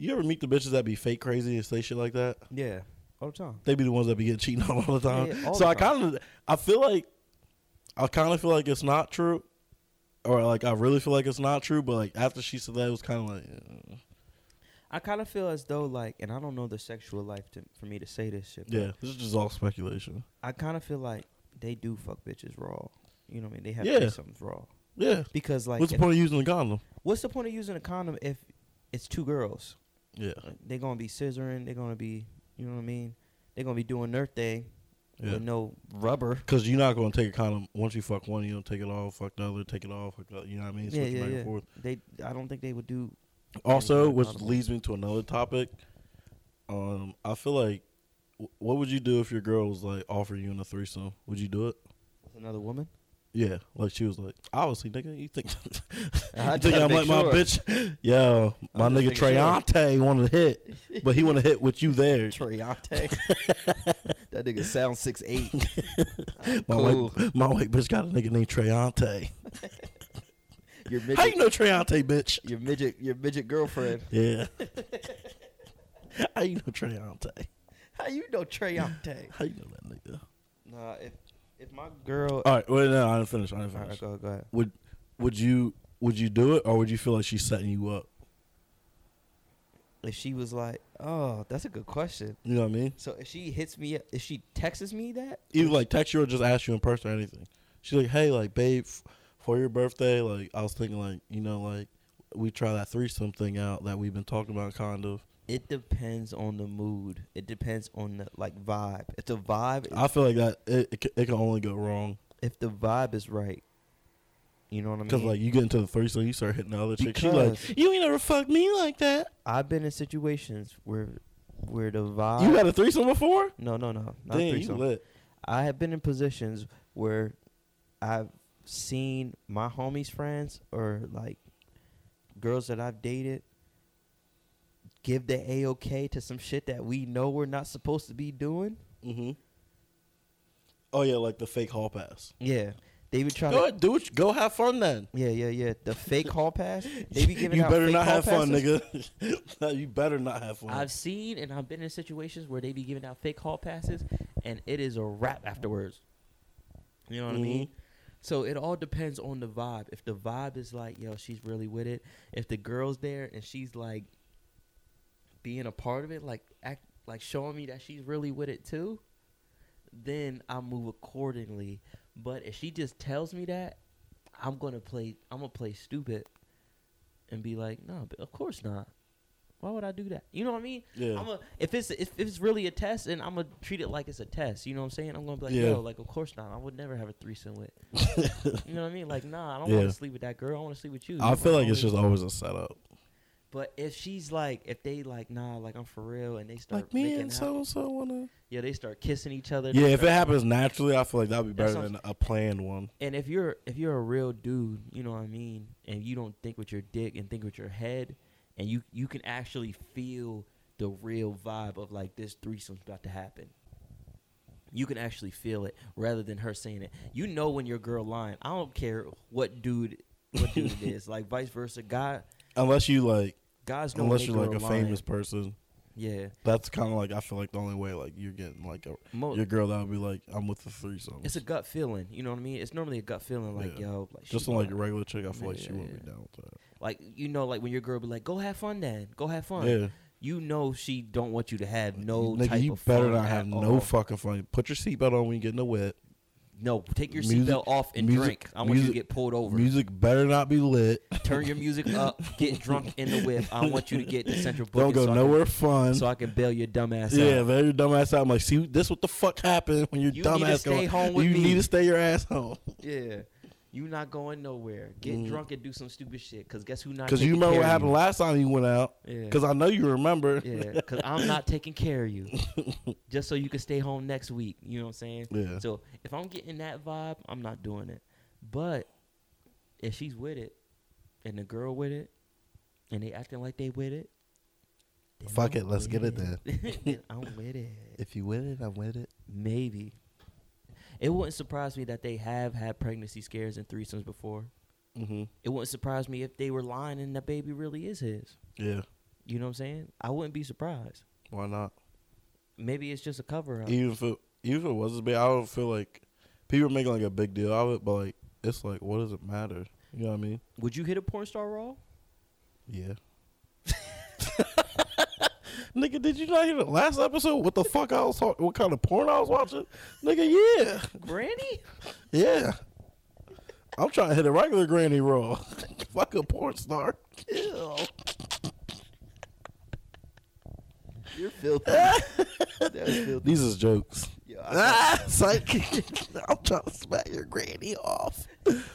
you ever meet the bitches that be fake crazy and say shit like that? Yeah, all the time. they be the ones that be getting cheated on all the time. Yeah, all so the I time. kind of, I feel like, I kind of feel like it's not true, or like I really feel like it's not true. But like after she said that, it was kind of like, uh, I kind of feel as though like, and I don't know the sexual life to, for me to say this shit. but yeah, this is just all speculation. I kind of feel like they do fuck bitches raw. You know what I mean? They have Yeah. threesomes raw Yeah, because like, what's the if- point of using a condom? what's the point of using a condom if it's two girls? Yeah, They're gonna be scissoring. They're gonna be, you know what I mean? They're gonna be doing their thing yeah. with no rubber. Because you're not gonna take a condom once you fuck one, you don't take it off, fuck the other, take it off, fuck the other, you know what I mean? Yeah, Switch yeah, back yeah. and forth. They, I don't think they would do. Also, Yeah, which condom. leads me to another topic. Um, I feel like, wh- what would you do if your girl was like offering you in a threesome? Would you do it? with Another woman? Yeah, like she was like, obviously, nigga, you think I you think gotta I'm like make sure. my bitch? Yo, my I'm just nigga making sure. Treyante wanted to hit, but he want to hit with you there. Triante. that nigga sounds six eight. My white, my white bitch got a nigga named Treyante. Your How you midget, know Treyante, bitch? your midget, your midget girlfriend. Yeah. How you know Treyante? How you know Triante? How you know that nigga? Nah, if if my girl, All right, wait, no, I didn't finish. I didn't Oh, All right, finish. go, go ahead. Would would you would you do it, or would you feel like she's setting you up? If she was like, oh, that's a good question. You know what I mean? So if she hits me, up, if she texts me that, either like text you or just ask you in person or anything. She's like, hey, like, babe, f- for your birthday, like, I was thinking, like, you know, like, we try that threesome thing out that we've been talking about, kind of. it depends on the mood. It depends on the like vibe. If the vibe, I feel like that it it, c- it can only go wrong if the vibe is right, you know what I mean. because like you get into the threesome, you start hitting the other chick. She Mm-hmm. Because- like, you ain't never fucked me like that. I've been in situations where where the vibe. you had a threesome before? no, no, no, not Damn, you threesome. lit. I have been in positions where I've seen my homies' friends or like girls that I've dated give the A OK to some shit that we know we're not supposed to be doing. Mm-hmm. Oh yeah, like the fake hall pass. Yeah. They be trying Go to. ahead, do it. Go have fun then. Yeah, yeah, yeah. The fake hall pass. They be giving you out better fake not hall have fun, passes. nigga. no, you better not have fun. I've seen and I've been in situations where they be giving out fake hall passes and it is a wrap afterwards. You know what Mhm. I mean? So it all depends on the vibe. If the vibe is like, yo, she's really with it. If the girl's there and she's like being a part of it, like act like showing me that she's really with it too, then I move accordingly. But if she just tells me that, I'm gonna play I'm gonna play stupid and be like, no, but of course not. Why would I do that? You know what I mean? Yeah. I'm a, if it's if, if it's really a test, and I'm gonna treat it like it's a test. You know what I'm saying? I'm gonna be like, Yeah. yo, like of course not. I would never have a threesome with. you know what I mean? Like, nah, I don't want Yeah. to sleep with that girl. I want to sleep with you. I feel like it's always- just always a setup. But if she's like, if they like, nah, like I'm for real, and they start Like me making and out- so and so wanna. yeah, they start kissing each other. they Yeah, if start- it happens naturally, I feel like that'd be That better sounds- than a planned one. And if you're if you're a real dude, you know what I mean, and you don't think with your dick and think with your head, and you you can actually feel the real vibe of like this threesome's about to happen. You can actually feel it rather than her saying it. You know when your girl lying. I don't care what dude what dude it is. Like vice versa, guy Unless you like, guys know unless when you're they like a girl lying. famous person, Yeah, that's kind of like I feel like the only way like you're getting like a Mo- your girl that would be like I'm with the threesome. it's a gut feeling. You know what I mean? It's normally a gut feeling. Like Yeah. yo, like just she on like lying. a regular chick. I feel like Yeah, she yeah, wouldn't yeah. be down with that. like you know, like when your girl be like, "Go have fun, then. Go have fun." Yeah, you know she don't want you to have no nigga, type you of better fun not at have no all. fucking fun. Put your seatbelt on when you get in the wet. No, take your Music- seatbelt off and music- drink. I want you music- to get pulled over. Music better not be lit. Turn your music up. Get drunk in the whip. I want you to get to Central Don't Booking. go so I can- nowhere fun. so I can bail your dumb ass yeah, out. better your dumb ass out. I'm like, see, this what the fuck happened when your You dumb need to ass stay go- home with You me. need to stay your ass home. Yeah. You not going nowhere. Get drunk and do some stupid shit. Cause guess who not? Because Mm. you taking remember care what of happened you? last time you went out. Yeah. Because I know you remember. Yeah, because I'm not taking care of you. Just so you can stay home next week. You know what I'm saying? Yeah. So if I'm getting that vibe, I'm not doing it. But if she's with it and the girl with it and they acting like they with it, then Fuck I'm it, let's get it with Then I'm with it. If you with it, I'm with it. Maybe. It wouldn't surprise me that they have had pregnancy scares and threesomes before. Mm-hmm. It wouldn't surprise me if they were lying and the baby really is his. Yeah. You know what I'm saying? I wouldn't be surprised. Why not? Maybe it's just a cover up. Even if it, even if it was a big, I don't feel like people are making like a big deal of it, but like it's like, what does it matter? You know what I mean? Would you hit a porn star raw? Yeah. Nigga, did you not hear the last episode? What the fuck I was talking? What kind of porn I was watching? Nigga, yeah, Granny? yeah. I'm trying to hit a regular granny roll. fuck a porn star. Ew. You're filthy. That's filthy. These is jokes. Yo, I got- Ah, psych. I'm trying to smack your granny off.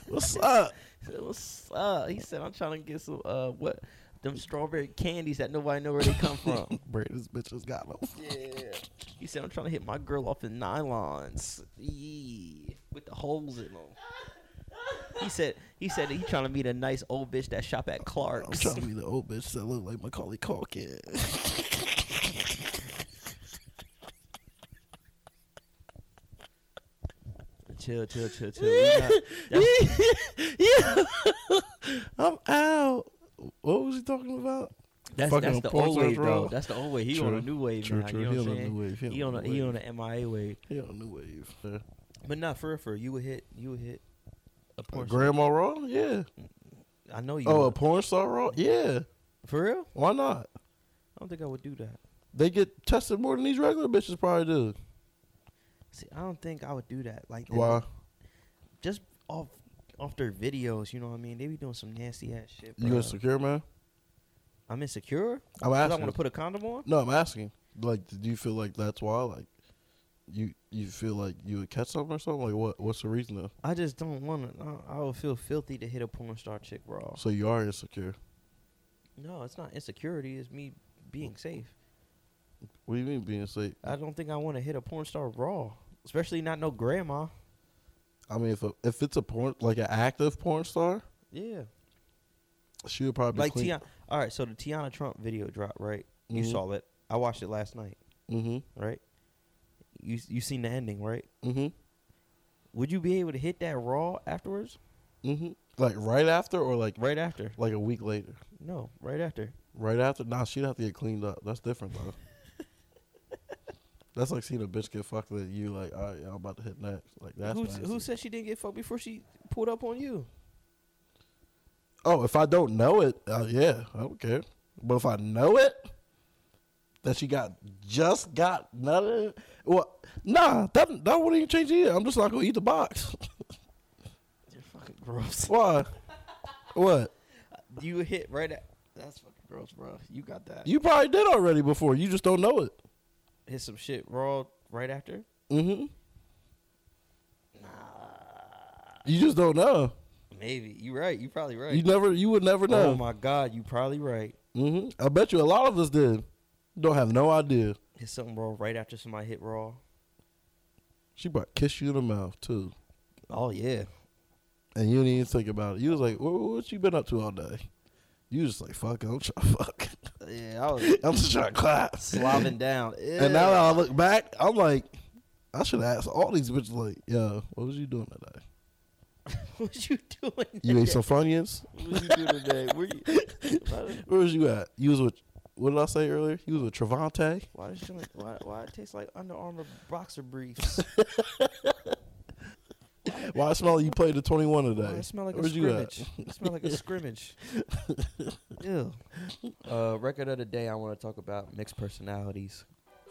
What's up? What's up? He said I'm trying to get some uh what them strawberry candies that nobody know where they come from. Brady's bitches got no. yeah. He said I'm trying to hit my girl off in nylons. Yee. With the holes in them. He said he said he trying to meet a nice old bitch that shop at I'm Clark's. trying to be the old bitch that look like Macaulay Culkin. Chill, chill, chill, chill. We not- that's- yeah, I'm out. What was he talking about? That's, Fucking that's the porn old stars wave, raw. though. That's the old wave. He on True. a new wave True, now. true. You know He what on I'm a saying? new wave. He on a he on a MIA wave. He on new wave. Yeah. But not for real, for real. you would hit you would hit a porn. star. Grandma Raw? Yeah. I know you. Oh, a would. porn star Raw? Yeah. for real? Why not? I don't think I would do that. They get tested more than these regular bitches probably do. See, I don't think I would do that. Like they- Why? Just off off their videos. You know what I mean? They be doing some nasty ass shit. You bruh. insecure, man? I'm insecure. I'm 'Cause I asking. want to put a condom on. No, I'm asking. Like, do you feel like that's why? Like, you you feel like you would catch something or something? Like, what what's the reason? Though? I just don't want to. I, I would feel filthy to hit a porn star chick raw. So you are insecure. No, it's not insecurity. It's me being safe. What do you mean being safe? I don't think I want to hit a porn star raw, especially not no grandma. I mean, if a, if it's a porn like an active porn star, Yeah, she would probably like be Tiana. All right, so the Tiana Trump video dropped, right? You Mhm. saw it. I watched it last night, Mm-hmm. right? You you seen the ending, right? Mm-hmm. Would you be able to hit that raw afterwards? Mm-hmm. Like right after or like Right after? like a week later. No, right after. Right after? Nah, she'd have to get cleaned up. That's different though. That's like seeing a bitch get fucked that you like, all right, I'm about to hit next. Like that's Who nasty. who said she didn't get fucked before she pulled up on you? Oh, if I don't know it, uh, yeah, I don't care. But if I know it, that she got just got nothing. Well, nah, that that wouldn't even change it. I'm just not gonna eat the box. You're fucking gross. Why? what? You hit right at. That's fucking gross, bro. You got that. You probably did already before. You just don't know it. hit some shit raw right after. Mm-hmm. You just don't know. Maybe you right. You probably right. You never. You would never Oh know. my god, you probably right. hmm I bet you a lot of us did. Don't have no idea. Hit something raw right after somebody hit raw. She about kiss you in the mouth too, Oh yeah. and you didn't even think about it. You was like, "What, what you been up to all day?" You just like, "Fuck, I'm trying to fuck. Yeah, I was I'm just trying to clap." slobbing down. And now that I look back, I'm like, I should ask all these bitches, like, "Yo, what was you doing today? what you doing? You today? ate some Funyuns? What you doing today? Where you? Where was you at? You was with what did I say earlier? You was with Travante. Why does it, why, why it tastes like Under Armour boxer briefs? Why I smell like you played the twenty one today? Why it smell like a Where's you at? scrimmage? It smell like a scrimmage. Ew. Uh, record of the day. I want to talk about mixed personalities.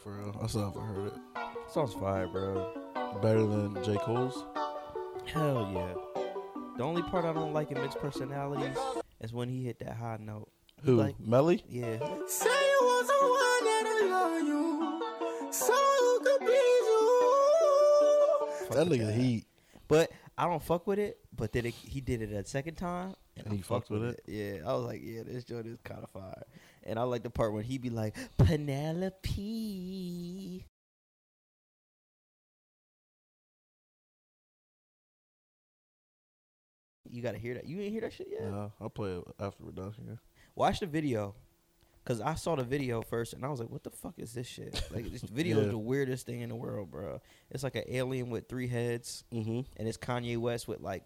For real, I still haven't heard it. Sounds fire, bro. Better than J Cole's. Hell yeah. The only part I don't like in mixed personalities is when he hit that high note. Who? Like- Melly? Yeah. Say you was the one that I love you. So who could please you? fuck That with nigga heat. But I don't fuck with it. But then it, he did it a second time, and, And I you fucked with it? Yeah, I was like, yeah, this joint is kind of fire. And I like the part when he be like, Penelope. You gotta hear that. You ain't hear that shit yet. I'll play it after we're done here. Watch the video, cause I saw the video first, and I was like, "What the fuck is this shit?" Like, this video is Yeah. the weirdest thing in the world, bro. It's like an alien with three heads Mm-hmm. and it's Kanye West with like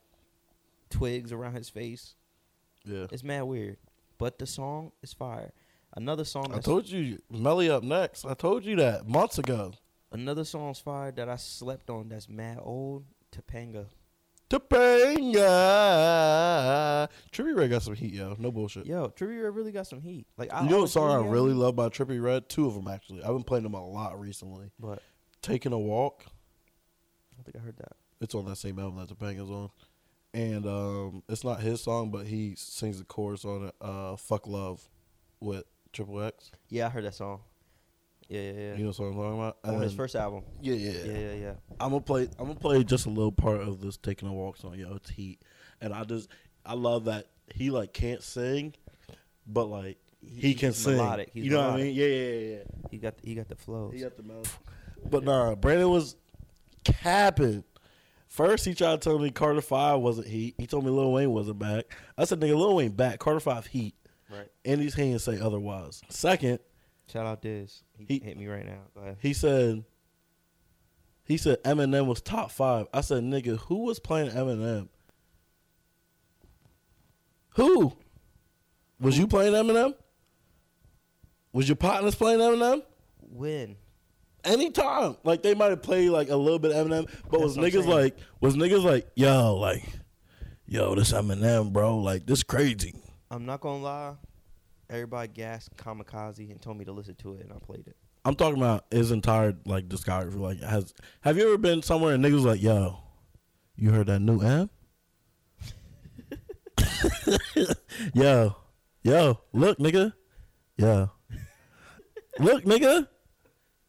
twigs around his face. Yeah. It's mad weird, but the song is fire. Another song, I that's, told you, Melly up next. I told you that months ago. another song's fire that I slept on. That's mad old Topanga. Topanga. Trippy Red got some heat, yo. No bullshit. Yo, Trivia really got some heat. Like I You know what always song I really- really love by Trippy Red? Two of them actually. I've been playing them a lot recently. but Taking a Walk. I don't think I heard that. It's on that same album that Topanga's on. And um, it's not his song, but he sings the chorus on it. Uh, Fuck Love with Triple X. Yeah, I heard that song. Yeah, yeah, yeah. You know what song I'm talking about? on his And- first album. Yeah, yeah, Yeah, yeah, yeah. I'm gonna play. I'm gonna play just a little part of this taking a walk song. Yo, it's heat, and I just I love that he like can't sing, but like he, He- can he's sing. melodic. He's You know what I melodic. mean? Yeah, yeah, yeah. He got he got the flows. yeah. He got the mouth. But nah, Brandon was capping. First he tried to tell me Carter Five wasn't heat. He told me Lil Wayne wasn't back. I said nigga Lil Wayne back. Carter Five heat. Right. And these hands say otherwise. Second, Shout out Diz. He, He- hit me right now. Go ahead. He said, he said Eminem was top five. I said, nigga, who was playing Eminem? Who? Was you playing Eminem? Was your partners playing Eminem? When? Anytime. Like they might have played like a little bit of Eminem, but was That's what I'm niggas saying. like was niggas like, yo, like, yo, this Eminem, bro, like this crazy. I'm not gonna lie. Everybody gassed Kamikaze and told me to listen to it, and I played it. I'm talking about his entire like discography. Like, has have you ever been somewhere and niggas was like, yo, you heard that new M? yo, yo, look, nigga, yo, look, nigga,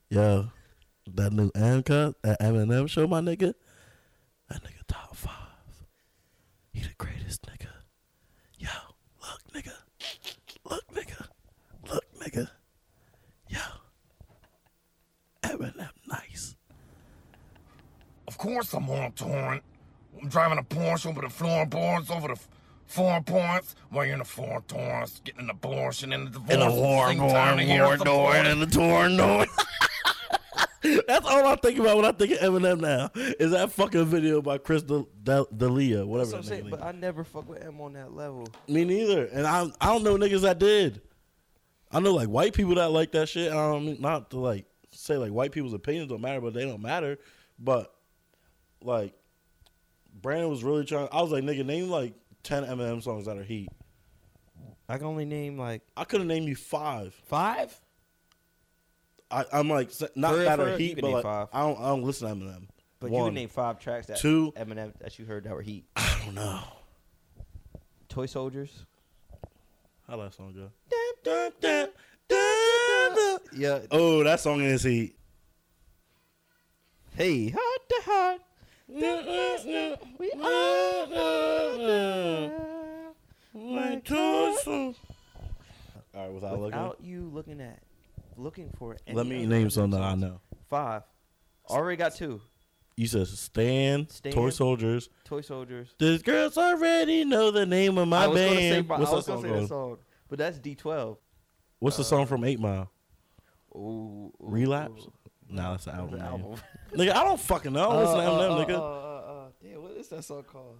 yo, that new M cut, that Eminem show, my nigga, that nigga top five. He the greatest, nigga. Yo, look, nigga, look, nigga, look, nigga, yo. Eminem nice. Of course I'm on torrent. I'm driving a Porsche over the floorboards, over the f- floorboards, while you're in the floor torrents, getting an abortion and a divorce. And a at the horn same time horn to hear horn some door porn. and a torn door. That's all I think about when I think of Eminem now. Is that fucking video by Chris D'Elia, D'Elia whatever. That's what I'm that saying. nigga But I never fuck with M on that level. Me neither. And I I don't know niggas that did. I know like white people that like that shit. I don't mean not to like say like white people's opinions don't matter, but they don't matter. But like Brandon was really trying. I was like, nigga, name like ten Eminem songs that are heat. I can only name like I could have named you five. five. I, I'm like s- not For real, that for are real, you heat, can but name like five. I don't I don't listen to Eminem. But you One. can name five tracks that Two. Eminem that you heard that were heat. I don't know Toy Soldiers. how that song go. Yeah. Oh, that song is heat. Hey, hot to hot. We My torso. All right, without, Without you looking at, looking for. looking, any let me other name Eminem some that I songs. know. Five. Already got two. You said Stan, Stan. Toy Soldiers. Toy Soldiers. These girls already know the name of my I was gonna say, band. bro, I What's, was that gonna song say that called? song, uh, but that's D12. What's the song from Eight Mile? Ooh, ooh, Relapse? ooh. Nah, that's the That's album. the name. album. Nigga, I don't fucking know. I don't listen to Eminem, nigga. Uh, uh, uh, damn, what is that song called?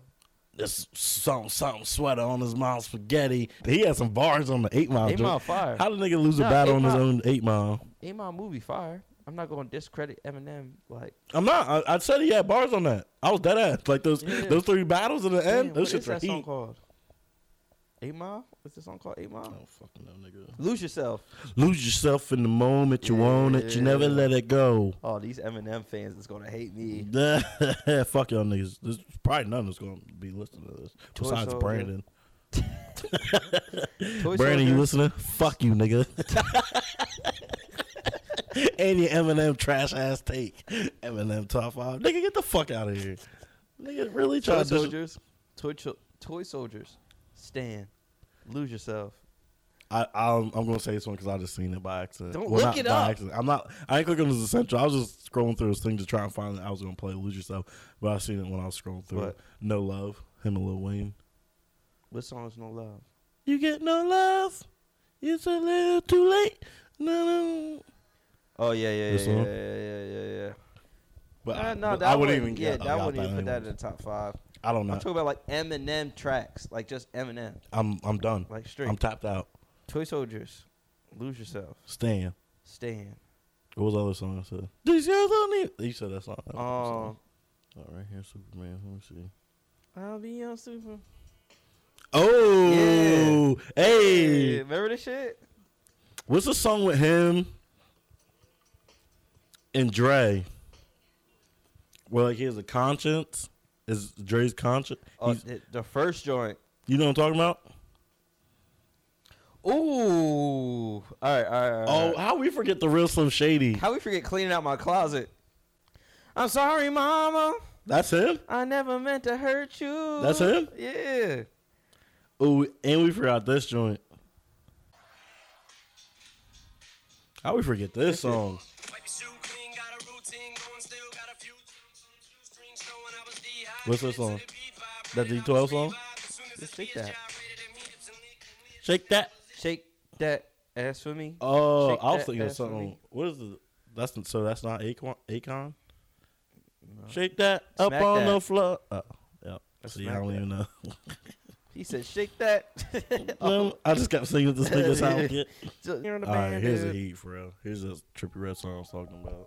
this something something sweater on his mouth spaghetti. He had some bars on the eight mile. Eight joint. Mile fire. How did nigga lose a Nah, battle Eight on his Mile- own eight mile? Ain't my movie fire. I'm not gonna discredit Eminem. Like, I'm not. I, I said he had bars on that. I was dead ass. Like those Yeah. those three battles in the damn, end. what Those is shits are that song heat. called? Eight Mile? What's the song called? Eight I Mile? don't Oh, fucking know, nigga. Lose Yourself. Lose yourself in the moment. You own it. You never Yeah. let it go. Oh, these Eminem fans is gonna hate me. Fuck y'all niggas. There's probably none that's gonna be listening to this Toy besides Soldier. Brandon. Toy Brandon, Soldier? you listening? Fuck you, nigga. and your Eminem trash ass take. Eminem top five. Nigga, get the fuck out of here. Nigga, really try Toy to. dis- Soldiers. Toy, Cho- toy Soldiers. Stan. Lose Yourself. I, I'm, I'm gonna say this one because I just seen it by accident. Don't well, look not it by up. Accident. I'm not. I ain't clicking on this essential. I was just scrolling through this thing to try and find. It. I was gonna play Lose Yourself, but I seen it when I was scrolling through. What? No love. Him and Lil Wayne. What song is No Love? You get no love. It's a little too late. No, no. Oh, yeah, yeah, yeah, This yeah, one? yeah, yeah, yeah. But Uh, I, no, but that I wouldn't one- even Yeah, get. that I wouldn't even put anyway. that in the top five. I don't know. I'm talking about like Eminem tracks, like just Eminem, I'm I'm done. like straight. I'm tapped out. Toy Soldiers, Lose Yourself, Stan. Stan. What was the other song I said? These girls don't need. You said that song. That was Um, the song. Oh, right here, Superman. Let me see. I'll be on Super. Oh, hey, Yeah, remember this shit? what's the song with him and Dre? Well, like he has a conscience. Is Dre's conscience? Oh, He's- the, the first joint. you know what I'm talking about? Ooh. All right, all right, all right. all Oh, right. how we forget the real Slim Shady? how we forget cleaning out my closet? I'm sorry, Mama. That's him. I never meant to hurt you. That's him? Yeah. Oh, and we forgot this joint. How we forget this song? What's this song? That D12 song? Just shake that. Shake that. Shake that ass for me. Oh, Shake I was that thinking of ass for me. something. What is the? That's so. That's not Akon. Akon. Shake that up Smack on that. the floor. Oh, yep. That's See, I smack don't that. even know. He said, shake that. Well, I just kept singing this nigga's Yeah. outfit. Just- You're on the All right, band, here's a dude. heat for real. Here's a trippy red song I was talking about.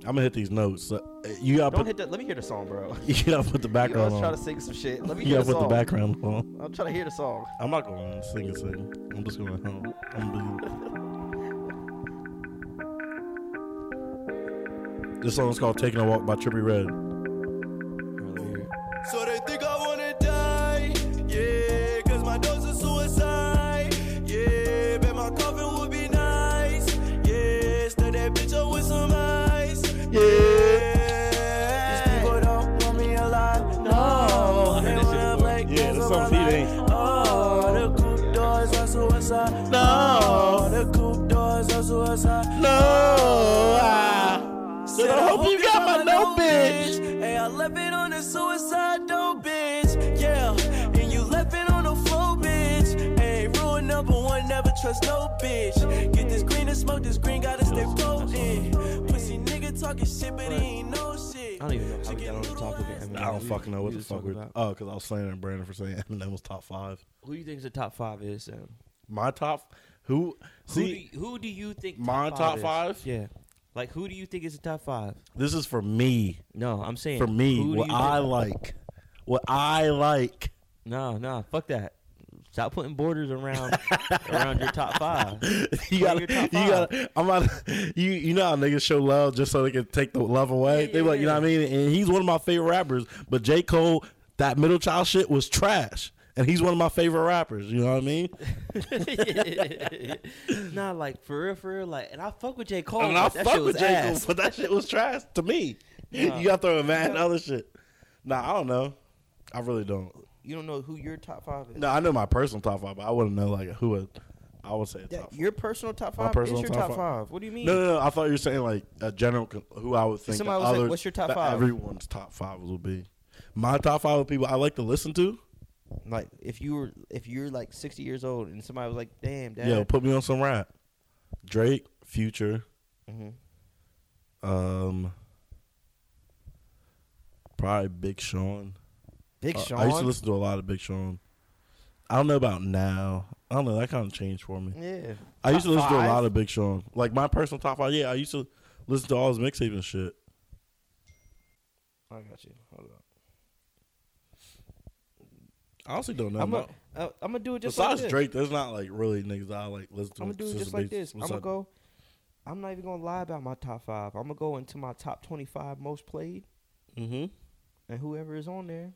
I'm gonna hit these notes. So, uh, you gotta Don't put hit that. Let me hear the song, bro. you gotta put the You always background try to on. sing some shit. Let me You hear gotta put the the song. background on. I'm trying to hear the song. I'm not going to sing and sing. I'm just going to home. I'm gonna be- This song's called "Taking a Walk" by Trippy Red. So they think I wanna die, yeah, cause my dose is suicide, yeah, bet my coffin would be nice, yeah, stir that bitch up with some ice, yeah. These people don't want me alive, no, they wanna make Yeah, things that's about something my he life. Oh, the coupe doors are suicide, no, the coupe doors are suicide, no. Said I hope you got my no bitch. Hey, I left it on the suicide dope, bitch. Yeah, and you left it on the floor, bitch. Hey, rule number one, never trust no bitch. Get this green and smoke this green, gotta stay potent. Pussy nigga talking shit, but he ain't no shit. I don't even know how we got on the topic of Eminem. I don't We- fucking know what we the was fuck talking we're. about- Oh, because I was slandering Brandon for saying Eminem was top five. Who do you think is the top five is? Sam? My top. Who? Who, See, do you, who do you think my top is? five? Yeah. Like who do you think is the top five? this is for me. No, I'm saying For me, who do what you I think- like. What I like. No, no, fuck that. Stop putting borders around around your top five. You Who are gotta, your you top gotta. I'm not. You, you know how niggas show love just so they can take the love away. Yeah, they be like, you know what I mean. And he's one of my favorite rappers. But J Cole, that middle child shit was trash. And he's one of my favorite rappers. You know what I mean? nah, like for real, for real, like, and I fuck with J Cole. and but I that fuck shit was with J Cole, ass. but that shit was trash to me. You got to throw in that and other shit. Nah, I don't know. I really don't. You don't know who your top five is. No, I know my personal top five, but I wouldn't know like who a, I would say a That- top. Five. your personal top My five personal is your top top, five. five. What do you mean? No, no, no. I thought you were saying like a general con- who I would think. Somebody the was like, others- "What's your top that five?" Everyone's top five would be. My top five of people I like to listen to. Like if you were if you're like sixty years old and somebody was like, "Damn, dad." Yo, put me on some rap. Drake, Future, Mhm. Mm-hmm. um, probably Big Sean. Big Uh, Sean. I used to listen to a lot of Big Sean. I don't know about now. I don't know. That kind of changed for me. Yeah. I used to Top listen to a five? lot of Big Sean. Like my personal top five. Yeah, I used to listen to all his mixtapes and shit. I got you. Hold on. I honestly don't know. I'm about- gonna I'm gonna uh, do it just Besides like this. Drake, there's not like really niggas I like listen to. I'm gonna do it since just the like base- this. I'm since gonna I- go. I'm not even gonna lie about my top five. I'm gonna go into my top 25 most played, Mhm. and whoever is on there,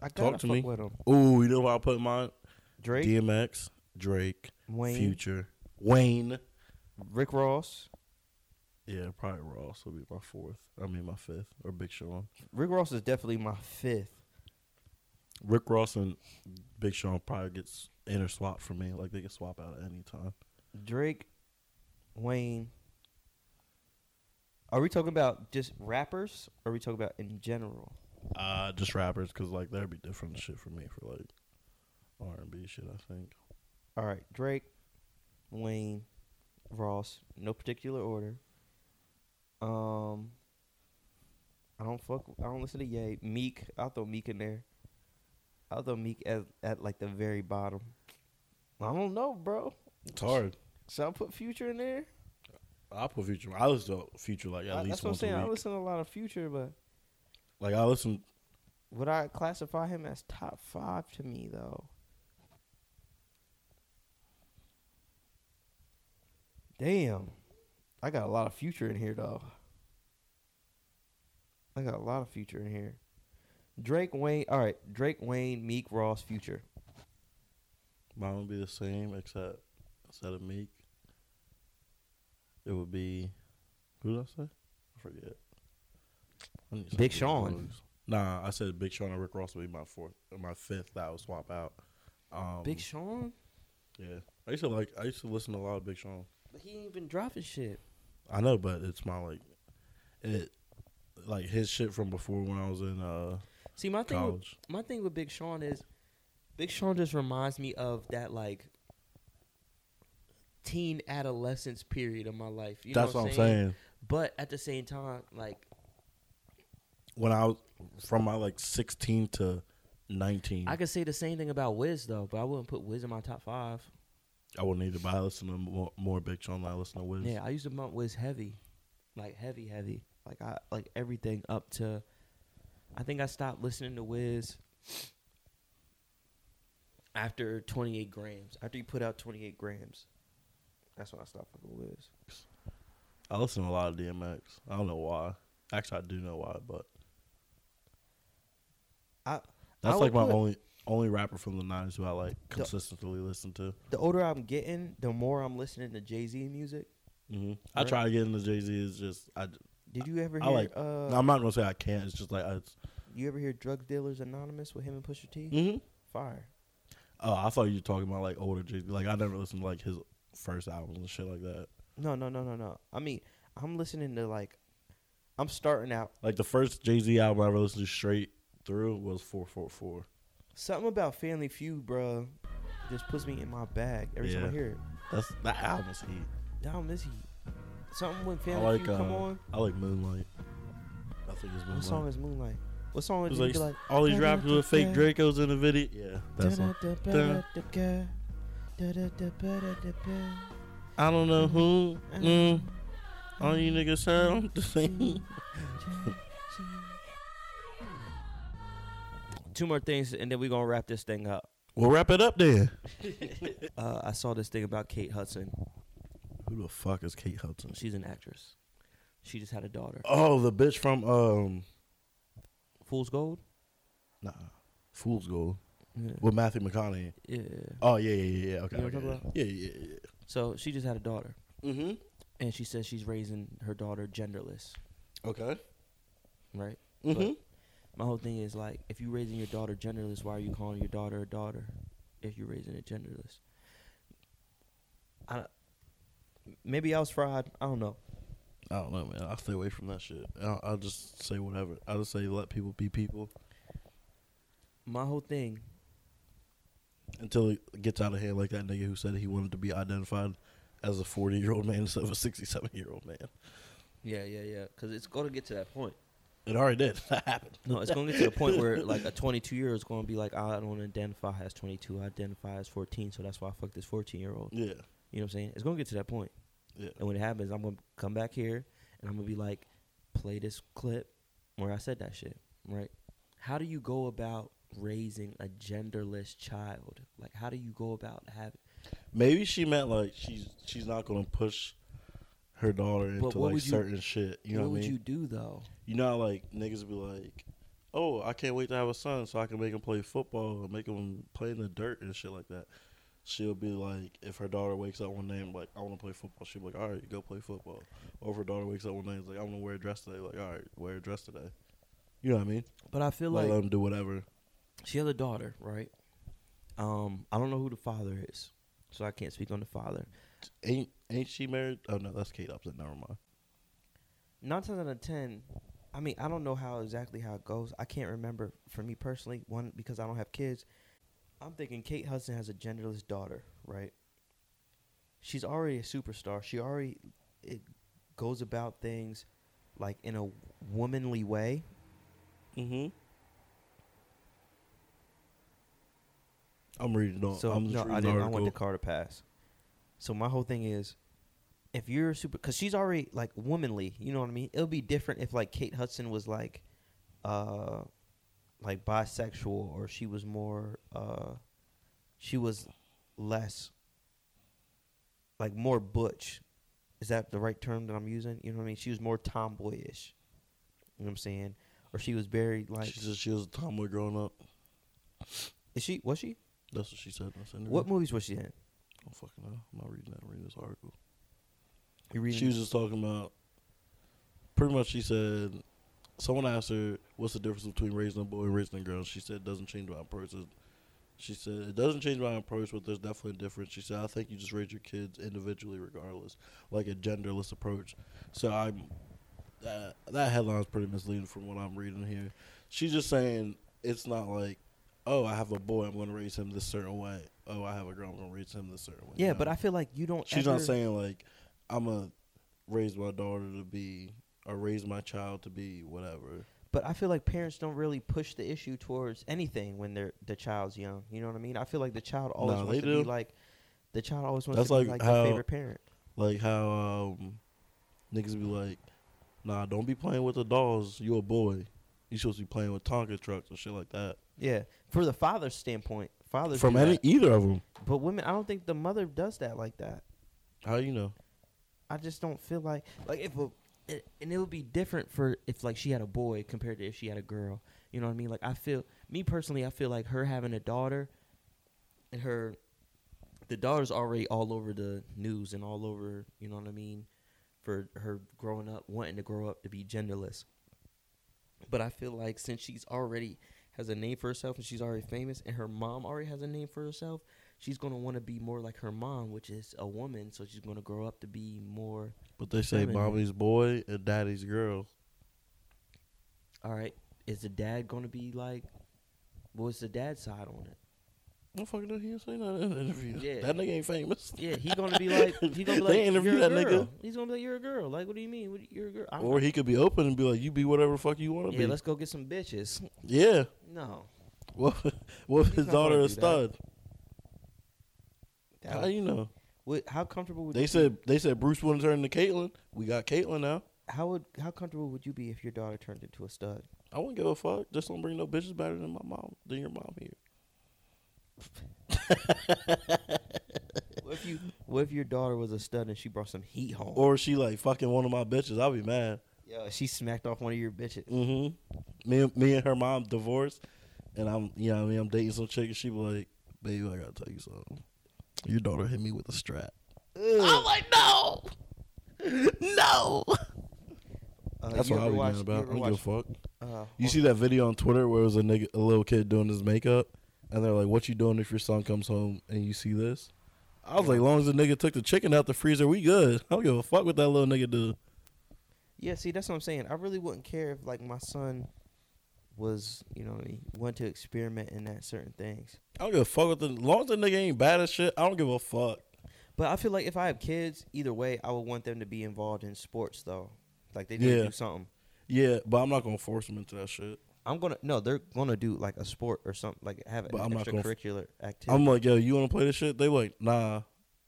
I gotta Talk to fuck me. with 'em. Ooh, you know where I put mine? Drake, DMX, Drake, Wayne, Future, Wayne. Rick Ross. Yeah, probably Ross will be my fourth. I mean, my fifth or Big Sean. Rick Ross is definitely my fifth. Rick Ross and Big Sean probably gets inter swap for me. Like they can swap out at any time. Drake, Wayne. Are we talking about just rappers? Or are we talking about in general? Uh, just rappers, cause like that'd be different shit for me for like R and B shit. I think. All right, Drake, Wayne, Ross, no particular order. Um, I don't fuck. I don't listen to Ye. Meek, I'll throw Meek in there. I'll throw Meek at, at like the very bottom. I don't know, bro. It's hard. Should I put Future in there? I put Future. I listen to Future like at I- least that's what I'm once a saying. I week. listen to a lot of Future, but like I listen. would I classify him as top five to me though? Damn, I got a lot of future in here though. I got a lot of future in here. Drake Wayne, all right. Drake Wayne, Meek Ross, Future. Mine would be the same except instead of Meek, it would be who did I say? I forget. I need some Big good Sean. clues. Nah, I said Big Sean and Rick Ross would be my fourth, my fifth that I would swap out. Um, Big Sean, yeah. I used to like. I used to listen to a lot of Big Sean. but he ain't been dropping shit. I know, but it's my like, it, like his shit from before when I was in uh See, my thing, with, college. my thing with Big Sean is, Big Sean just reminds me of that like teen adolescence period of my life. You That's know what I'm saying. But at the same time, like When I was from my like 16 to 19, I could say the same thing about Wiz though, but I wouldn't put Wiz in my top five. I would need to buy listen to more, more Big Sean than I listen to Wiz. Yeah, I used to bump Wiz heavy, like heavy, heavy, like I like everything up to. I think I stopped listening to Wiz after 28 grams. After he put out 28 grams, that's when I stopped fucking with Wiz. I listen to a lot of DMX. I don't know why. Actually, I do know why, but I that's I like would my put- only only rapper from the '90s who I like consistently listen to. the older I'm getting, the more I'm listening to Jay Z music. hmm I Right. try to get into Jay Z. It's just I, Did you ever I hear? like. uh, I'm not gonna say I can't. It's just like I, it's, you ever hear Drug Dealers Anonymous with him and Pusha T? Mhm. Fire. Oh, I thought you were talking about like older Jay Z. Like I never listened to like his first albums and shit like that. No, no, no, no, no. I mean, I'm listening to like, I'm starting out Like the first Jay Z album I ever listened to straight through was Four Four Four. something about Family Feud, bro. Just puts me in my bag every time I Yeah. hear it. That's that album's heat. Down this heat. Something when I Family like Feud come uh, on. I like Moonlight. I think it's Moonlight. What song is Moonlight? What song would It's you like, be like? all these rappers with fake Dracos in the video. Yeah, that's one. Da-da-da-ba-da-da-ga, da-da-da-ba-da-da-ba. I don't know who. Mm, all you niggas sound the same. Two more things, and then we're gonna wrap this thing up. We'll wrap it up then. Uh, I saw this thing about Kate Hudson. Who the fuck is Kate Hudson? She's an actress. She just had a daughter. Oh, the bitch from um, Fool's Gold. nah, Fool's Gold Yeah. with Matthew McConaughey. yeah. Oh yeah, yeah, yeah. yeah, Okay, You know what okay. I'm talking yeah, yeah, yeah. So she just had a daughter, yeah. Mhm. and she says she's raising her daughter genderless, Okay. right? Mhm. But my whole thing is like, if you're raising your daughter genderless, why are you calling your daughter a daughter if you're raising it genderless? I maybe I was fried. I don't know. I don't know, man. I stay away from that shit. I'll, I'll just say whatever. I'll just say let people be people My whole thing until it gets out of hand, like that nigga who said he wanted to be identified as a forty-year-old man instead of a sixty-seven-year-old man. Yeah, yeah, yeah. Because it's going to get to that point. It already did. That happened. No, it's going to get to the point where like a 22 year old is going to be like, I don't identify as 22. I identify as 14. So that's why I fucked this 14 year old. Yeah. You know what I'm saying? It's going to get to that point. Yeah. And when it happens, I'm going to come back here and I'm going to be like, play this clip where I said that shit. Right? How do you go about raising a genderless child? Like, how do you go about having? Maybe she meant like she's she's not gonna push her daughter into what like would you- certain shit. You know what what I would mean? you You, do though? know how like niggas be like, Oh, I can't wait to have a son so I can make him play football and make him play in the dirt and shit like that. She'll be like, if her daughter wakes up one day and like, I want to play football, she'll be like, all right, go play football. Or if her daughter wakes up one day and is like, I want to wear a dress today, like, all right, wear a dress today. You know what I mean? But I feel Like, like let them do whatever. she has a daughter, right? Um, I don't know who the father is, so I can't speak on the father. Ain't ain't she married? Oh no, that's Kate Upton. Never mind. Nine times out of ten, I mean, I don't know how exactly how it goes. I can't remember for me personally. One because I don't have kids. I'm thinking Kate Hudson has a genderless daughter, right? She's already a superstar. She already it goes about things like in a womanly way. Mm-hmm. I'm reading on. So I'm just no, reading I didn't. the I want the article. car to pass. So my whole thing is, if you're a super, because she's already like womanly, you know what I mean. It'll be different if like Kate Hudson was like, uh, like bisexual, or she was more, uh, she was less, like more butch. Is that the right term that I'm using? You know what I mean. She was more tomboyish. You know what I'm saying, or she was very like. She said she was a tomboy growing up. is she? Was she? That's what she said. In this interview. What movies was she in? I'm fucking know. I'm not reading that. I'm reading this article. You reading? She was just talking about. Pretty much, she said. Someone asked her, "What's the difference between raising a boy and raising a girl?" She said, "It doesn't change my approach." She said, "It doesn't change my approach, but there's definitely a difference." She said, "I think you just raise your kids individually, regardless, like a genderless approach." So I'm that that headline's pretty misleading from what I'm reading here. She's just saying it's not like, "Oh, I have a boy, I'm going to raise him this certain way." Oh, I have a girl, I'm going to raise him this certain way. yeah, You know? but I feel like you don't. She's ever, not saying like I'm gonna raise my daughter to be or raise my child to be whatever. But I feel like parents don't really push the issue towards anything when they're the child's young. You know what I mean? I feel like the child always Nah, wants to they be do. like the child always wants That's to be like like their how- favorite parent. Like how um, niggas be like, nah, don't be playing with the dolls. You a boy. You supposed to be playing with Tonka trucks and shit like that. Yeah. For the father's standpoint, fathers From do any that. either of them, but women, I don't think the mother does that like that. how you know? I just don't feel like like if a it, and it would be different for if like she had a boy compared to if she had a girl. You know what I mean? Like I feel me personally, I feel like her having a daughter and her the daughter's already all over the news and all over, you know what I mean, for her growing up wanting to grow up to be genderless. But I feel like since she's already has a name for herself and she's already famous and her mom already has a name for herself, she's gonna want to be more like her mom, which is a woman. So she's gonna grow up to be more. But they say Feminine. mommy's boy and daddy's girl. All right, is the dad gonna be like? What's the dad side on it? No fucking know he didn't say nothing in the interview. Yeah. That nigga ain't famous. Yeah, he gonna be like he gonna be like they interview you're a that girl. nigga, He's gonna be like you're a girl. Like what do you mean? What, you're a girl. I'm or he could be open and be like, you be whatever the fuck you want to yeah, be. let's go get some bitches. Yeah. No, What? What if He's his not gonna daughter is do that. stud? that How would- you know? would- how comfortable would They you said they said Bruce wouldn't turn to Caitlyn. We got Caitlyn now. how would how comfortable would you be if your daughter turned into a stud? I wouldn't give a fuck. Just don't bring no bitches better than my mom than your mom here. What if you what if your daughter was a stud and she brought some heat home? Or she like fucking one of my bitches. I'll be mad. Yo, she smacked off one of your bitches. Mm-hmm. Me and me and her mom divorced, and I'm you know what I mean I'm dating some chick and she be like, baby, I gotta tell you something. Your daughter hit me with a strap. I'm like, no, no. Uh, That's you what I'll ever be watched- mad about. you I ever don't give watched, a fuck. uh, You see that video on Twitter where it was a nigga, a little kid doing his makeup, and they're like, "What you doing if your son comes home and you see this?" I was like, "Long as the nigga took the chicken out the freezer, we good. I don't give a fuck what that little nigga do." Yeah, see, that's what I'm saying. I really wouldn't care if like my son was, you know, what I mean, wanted to experiment in that certain things. I don't give a fuck with the. Long as the nigga ain't bad as shit, I don't give a fuck. But I feel like if I have kids, either way, I would want them to be involved in sports though. Like they need to Yeah. do something. Yeah, but I'm not gonna force him into that shit. I'm gonna no, they're gonna do like a sport or something, like have an But I'm not gonna f- extracurricular activity. I'm like, "Yo, you want to play this shit?" They like, "Nah."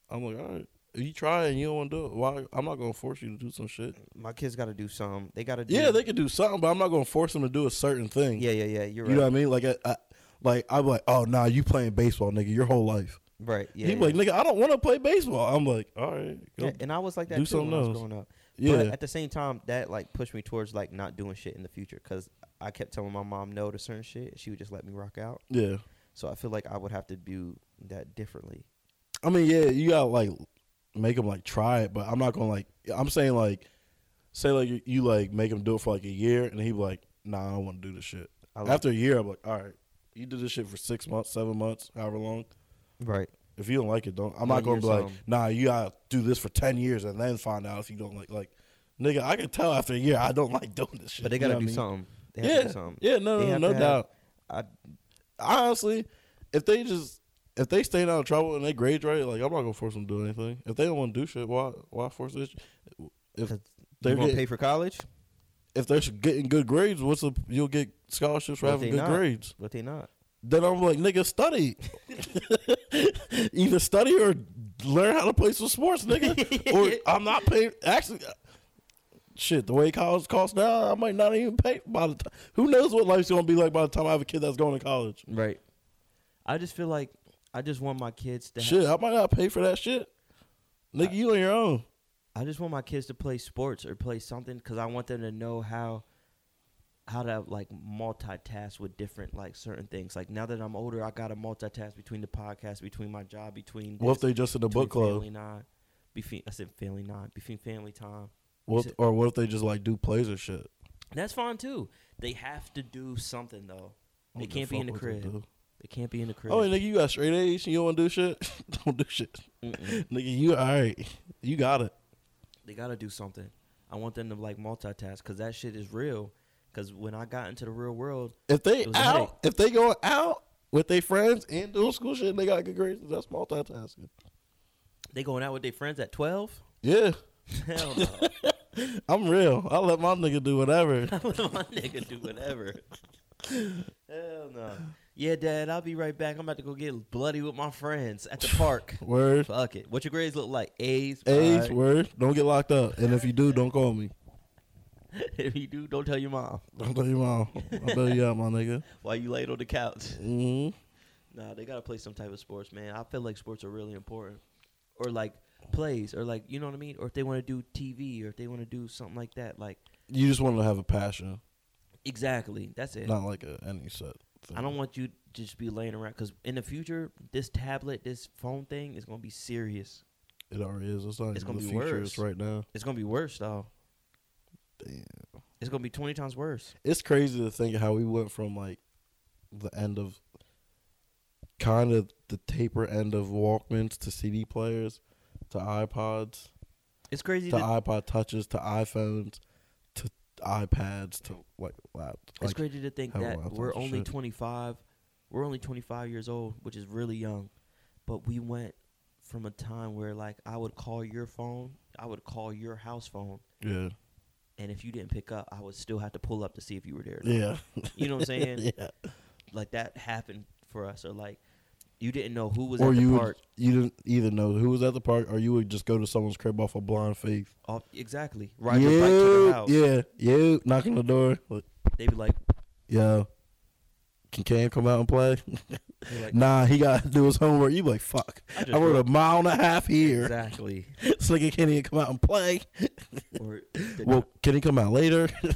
I'm like, "All right." If you try and you don't want to do it, why? I'm not gonna force you to do some shit. my kids got to do some. They got to do. Yeah, they could do something, but I'm not gonna force them to do a certain thing. Yeah, yeah, yeah. You're right. You know what I mean? Like, I, I, Like I'm like, oh nah, you playing baseball, nigga, your whole life. Right. Yeah. he yeah. like, nigga, I don't want to play baseball. I'm like, all right, go. Yeah, and I was like that do too when something I was else. growing up. Yeah. But at the same time, that like pushed me towards like not doing shit in the future because I kept telling my mom no to certain shit. She would just let me rock out. yeah. So I feel like I would have to do that differently. I mean, yeah, you gotta like make them like try it, but I'm not gonna like. I'm saying like, say like you, you like make him do it for like a year, and he be like, nah, I don't want to do this shit. I like- After a year, I'm like, all right, you did this shit for six months, seven months, however long. Right. If you don't like it, don't. I'm One not gonna year be like, something. nah, you gotta do this for ten years and then find out if you don't like like. Nigga, I can tell after a year I don't like doing this shit. But they you gotta know what I do mean? something. They have Yeah, to do something. yeah, no, They no, have no to have- doubt. I, honestly, if they just if they stay out of trouble and they grades right, like I'm not gonna force them to do anything. If they don't want to do shit, why why force this? If 'Cause they're you gonna get, pay for college? if they're getting good grades, what's the you'll get scholarships for But having they good not. grades. But they not. Then I'm like, nigga, study. Either study or learn how to play some sports, nigga. or I'm not paying. Actually, shit, the way college costs now, I might not even pay by the time. Who knows what life's gonna be like by the time I have a kid that's going to college? Right. I just feel like I just want my kids to. ha- Shit, I might not pay for that shit. Nigga, you on your own. I just want my kids to play sports or play something because I want them to know how how to like multitask with different like certain things. Like now that I'm older, I gotta multitask between the podcast, between my job, between What if this, they just in the book between club? family nine, between I said family nine, between family time. What or what if they just like do plays or shit? That's fine too. They have to do something though. I don't They give a can't be in the fuck what they crib. do. They can't be in the crib. Oh, nigga, you got straight A's and you don't wanna do shit? don't do shit. Nigga, you all right. You got it. they gotta do something. I want them to like multitask because that shit is real. Because when I got into the real world, If they It was a headache. out, if they going out with their friends and doing school shit and they got good grades, that's multitasking. they going out with their friends at twelve. Yeah. Hell no. I'm real. I let my nigga do whatever. my nigga do whatever. Hell no. Yeah, Dad, I'll be right back. I'm about to go get bloody with my friends at the park. Word. Fuck it. What your grades look like? A's. A's, Alright. word. Don't get locked up. And if you do, don't call me. if you do, don't tell your mom. Don't tell your mom. I'll bail you out, my nigga. While you laid on the couch. hmm Mm-hmm. Nah, they gotta play some type of sports, man. I feel like sports are really important, or like plays, or like you know what I mean. Or if they want to do TV, or if they want to do something like that, like You just want to have a passion, exactly. That's it. not like a, any set. Thing. I don't want you to just be laying around because in the future, this tablet, this phone thing is gonna be serious. It already is. It's not. It's even gonna the be future. worse. It's right now. It's gonna be worse though. Damn. It's gonna be twenty times worse. It's crazy to think how we went from like the end of kind of the taper end of Walkmans to CD players to iPods It's crazy. to To, iPod touches to iPhones to iPads to like lap. it's Like, crazy to think how that wild we're times are only shit. twenty five. We're only twenty five years old, which is really young, but we went from a time where like I would call your phone, I would call your house phone, Yeah. and if you didn't pick up, I would still have to pull up to see if you were there. or not. Yeah. You know what I'm saying? yeah. Like that happened for us, or like you didn't know who was Or at the you would, park. you didn't either know who was at the park, or you would just go to someone's crib off a blind faith. Off, Oh, exactly. Right, yeah, right to yeah, their house. yeah, yeah. Knocking the door. Like, They be like, yo, can Cam come out and play? they be like nah, he got to do his homework. You like, fuck. I I, just rode wrote- a mile and a half here. exactly. This nigga can't even come out and play. or the- Well, can he come out later?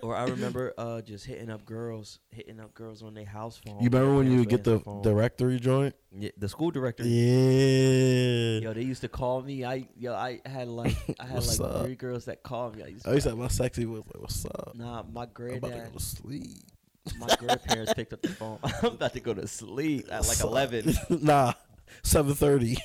Oh, or I remember uh, just hitting up girls, hitting up girls on their house phone. you remember when you Parents would get laying the on phone. directory joint? Yeah, the school director? Yeah. Yo, they used to call me. I yo, I had like I had What's like up? three girls that called me. I used I to, used to have my sexy was like, what's up? nah, my I'm about to granddad, go to sleep. my grandparents picked up the phone. I'm about to go to sleep at like What's up? eleven. nah, 7.30.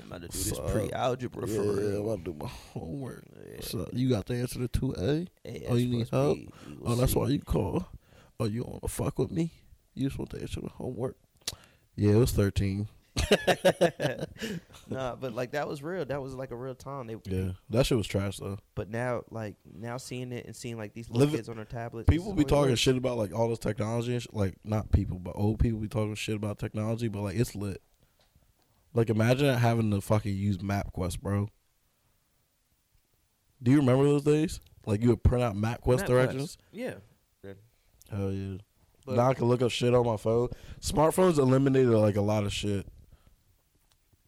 I'm about to do this What's up? pre-algebra Yeah, for I'm real. about to do my homework. So you got the answer to 2A? Hey, Oh, X you need plus help? B equals Oh, that's C. why you call. Oh, you want to fuck with me? You just want to answer the homework. Yeah, it was 13. Nah, but like that was real. That was like a real time. They, Yeah, that shit was trash, though. But now, like now, seeing it and seeing like these little Live- kids on their tablets, this People is be the way it talking is. shit about, like, all this technology and shit. Like, not people, but old people be talking shit about technology, but, like, it's lit. Like, imagine having to fucking use MapQuest, bro. Do you remember those days? Like, you would print out MapQuest MapQuest. directions? Yeah. Hell yeah. But now I can look up shit on my phone. Smartphones eliminated like a lot of shit.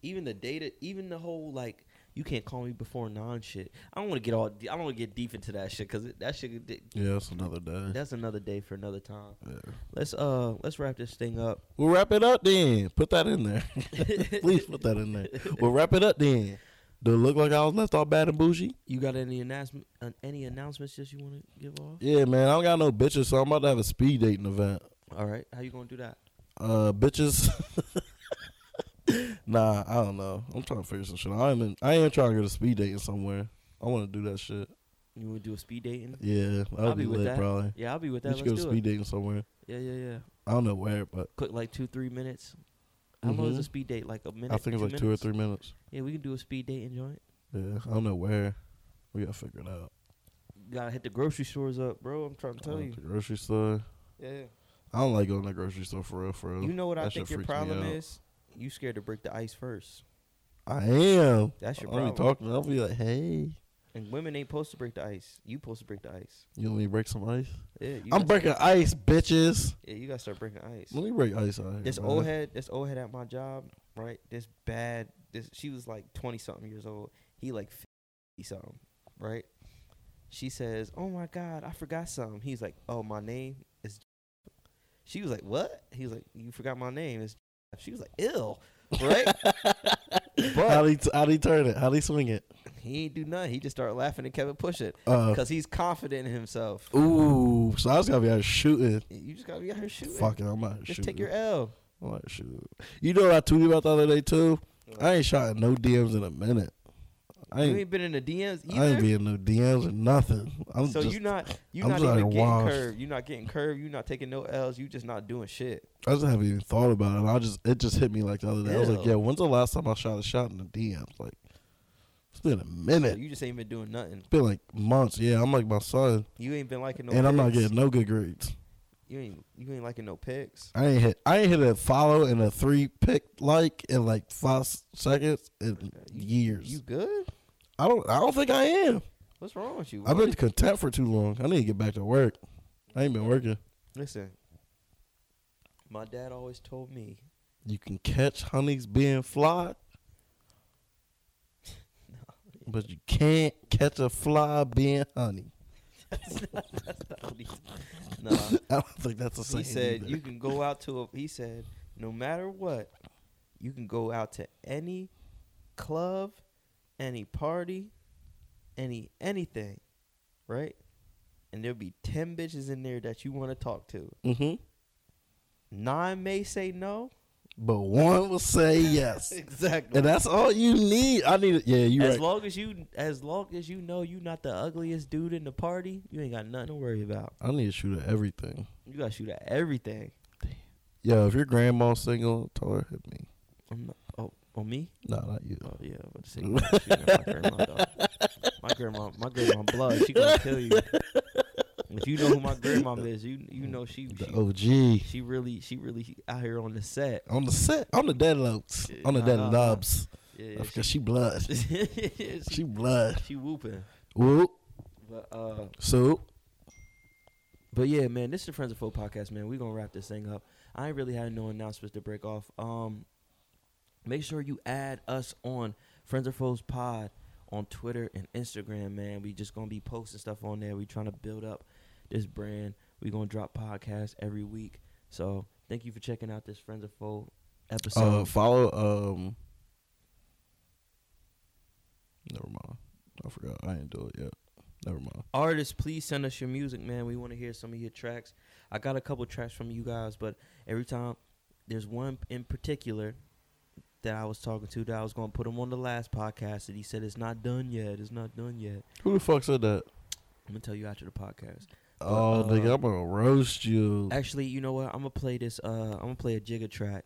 even the data, even the whole like, you can't call me before nine shit. I don't want to get all. I don't want to get deep into that shit because that shit. could- Yeah, that's another day. That's another day for another time. Yeah. Let's uh, let's wrap this thing up. We'll wrap it up then. Put that in there. Please put that in there. We'll wrap it up then. Do it look like I was left all bad and bougie? You got any announcement? Uh, any announcements just you want to give off? Yeah, man. I don't got no bitches, so I'm about to have a speed dating event. All right, how you gonna do that? Uh, bitches. nah, I don't know. I'm trying to figure some shit. out. I ain't. I ain't trying to go to speed dating somewhere. I want to do that shit. You wanna do a speed dating? Yeah, that'll I'll be, be with lit, that. probably. Yeah, I'll be with We that. should Let's go do to speed it. dating somewhere. Yeah, yeah, yeah. I don't know where, but Quick, like two, three minutes. How long is Mhm. a speed date? Like a minute. I think it's like two or minutes? three minutes. Yeah, we can do a speed dating joint. Yeah, I don't know where. We gotta figure it out. You gotta hit the grocery stores up, bro. I'm trying to tell Uh, you. the grocery store. Yeah. I don't like going to the grocery store for real, for real. You know what I That shit think your freaks me problem out. is? You scared to break the ice first. I am. That's your I'll be problem. talking. I'll be like, hey, And women ain't supposed to break the ice. You supposed to break the ice. you want me to break some ice? Yeah, you I'm gotta- breaking ice, bitches. Yeah, you gotta start breaking ice. Let me break ice out here. This man. old head, this old head at my job, right? This bad, this she was like twenty something years old. He like fifty something, right? She says, "Oh my God, I forgot something." He's like, "Oh, my name is." She was like, "What?" He was like, "You forgot my name is." She was like, "Ill," right? How but do how do turn it? How do swing it? he ain't do nothing. He just started laughing and kept it pushing Uh, because he's confident in himself. ooh, so I was gonna be out shooting. You just gotta be out here shooting. Fucking, I'm out here just shooting. take your e- L. I'm out here shooting. You know what I tweeted about the other day too? I ain't shot no DMs in a minute. I You ain't. ain't been in the DMs either. I ain't be in no DMs or nothing. I'm so just. you not you I'm not just out even here getting washed. curved. You not getting curved. You not taking no L's. You just not doing shit. I just haven't even thought about it. I just it just hit me like the other day. I was like, Ew. yeah. When's the last time I shot a shot in the DMs? Like, it's been a minute. So you just ain't been doing nothing. been like months. Yeah, I'm like my son, You ain't been liking no. and I'm not pics. getting no good grades. You ain't you ain't liking no pics. I ain't hit. I ain't hit a follow and a three pick like in like five s- seconds in years. You good? I don't. I don't think I am. What's wrong with you? I've been content for too long. I need to get back to work. I ain't been working. listen. My dad always told me. You can catch honeys being fly, but you can't catch a fly being honey. Nah. I don't think that's a saying. he said either. you can go out to a. He said no matter what, you can go out to any club, any party, any anything, right? And there'll be ten bitches in there that you want to talk to. Mhm. Nine may say no. But one will say yes, Exactly. and that's all you need. I need. Yeah, you as right. long as you, as long as you know you not the ugliest dude in the party, you ain't got nothing to worry about. I need to shoot at everything. You gotta shoot at everything. Yo, if your grandma's single, tell her hit me. I'm not, oh, on me. No, not you. Oh yeah, but see, you gotta shoot at my grandma, dog. my grandma, my grandma, blood. She gonna kill you. If you know who my grandma is, you you know she The she, OG she really she really out here on the set. on the set, on the dead lobes, Yeah, on the nah, dead nah, nah. lobs. Yeah, yeah, That's because she blood. she, yeah, She she, blood. she whooping. Whoop. But uh, So but yeah, man, this is the Friends of Foe podcast, man. We gonna wrap this thing up. I ain't really had no announcements to break off. Um, make sure you add us on Friends of Foes Pod on Twitter and Instagram, man. We just gonna be posting stuff on there. We trying to build up this brand. We gonna drop podcasts every week. So thank you for checking out this Friends of Foe episode. uh, follow. Um, never mind. I forgot. I ain't do it yet. Never mind. artists, please send us your music, man. We want to hear some of your tracks. I got a couple tracks from you guys, but every time there's one in particular that I was talking to that I was going to put him on the last podcast, and he said it's not done yet. It's not done yet. Who the fuck said that? I'm gonna tell you after the podcast. Oh, uh, nigga, I'm gonna roast you. Actually, you know what? I'm gonna play this. Uh, I'm gonna play a Jigga track.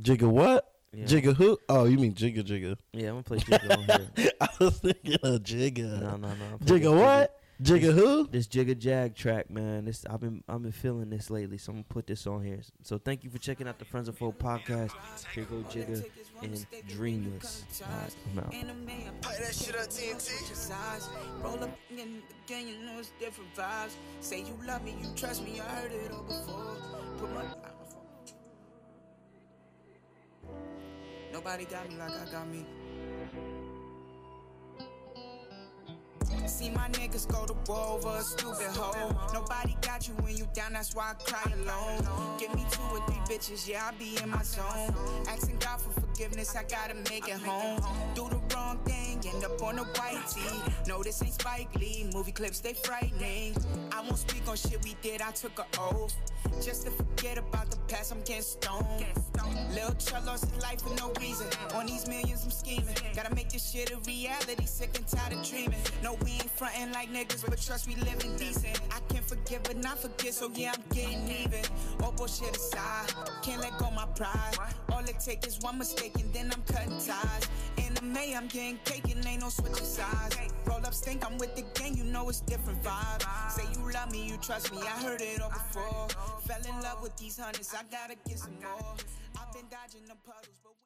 Jigga what? Yeah. Jigga who? Oh, you mean Jigga Jigga? Yeah, I'm gonna play Jigga on here. I was thinking of Jigga. No, no, no. I'm Jigga playing what? Jigga who? this Jigga Jag track, man. This I've been I've been feeling this lately, so I'm gonna put this on here. So thank you for checking out the Friends of Foe podcast. Here go Jigga and Dreamless. All right, I'm out. Play that shit up TNT. Roll up in the gang, you know it's different vibes. Say you love me, you trust me, I heard it all before. Put my Nobody got me like I got me. See my niggas go to war over a stupid hoe. Nobody got you when you down, that's why I cry alone. Give me two or three bitches, yeah, I be in my zone. Asking God for forgiveness, I gotta make it home. Do the wrong thing, end up on the white tee. No, this ain't Spike Lee, movie clips, they frightening. I won't speak on shit we did, I took a oath. Just to forget about the past, I'm getting stoned. Lil Chud lost his life for no reason. On these millions, I'm scheming. Gotta make this shit a reality, sick and tired of dreaming. No, we ain't frontin' like niggas, but trust we living decent. I can forgive, but not forget, so yeah, I'm getting even. All bullshit aside, can't let go my pride. All it take is one mistake, and then I'm cutting ties. In the May, I'm getting cake, and ain't no switching sides. Roll up stink, I'm with the gang, you know it's different vibe. Say you love me, you trust me, I heard it all before. Fell in love with these hundreds, I gotta get some more. I've been dodging the puddles, but.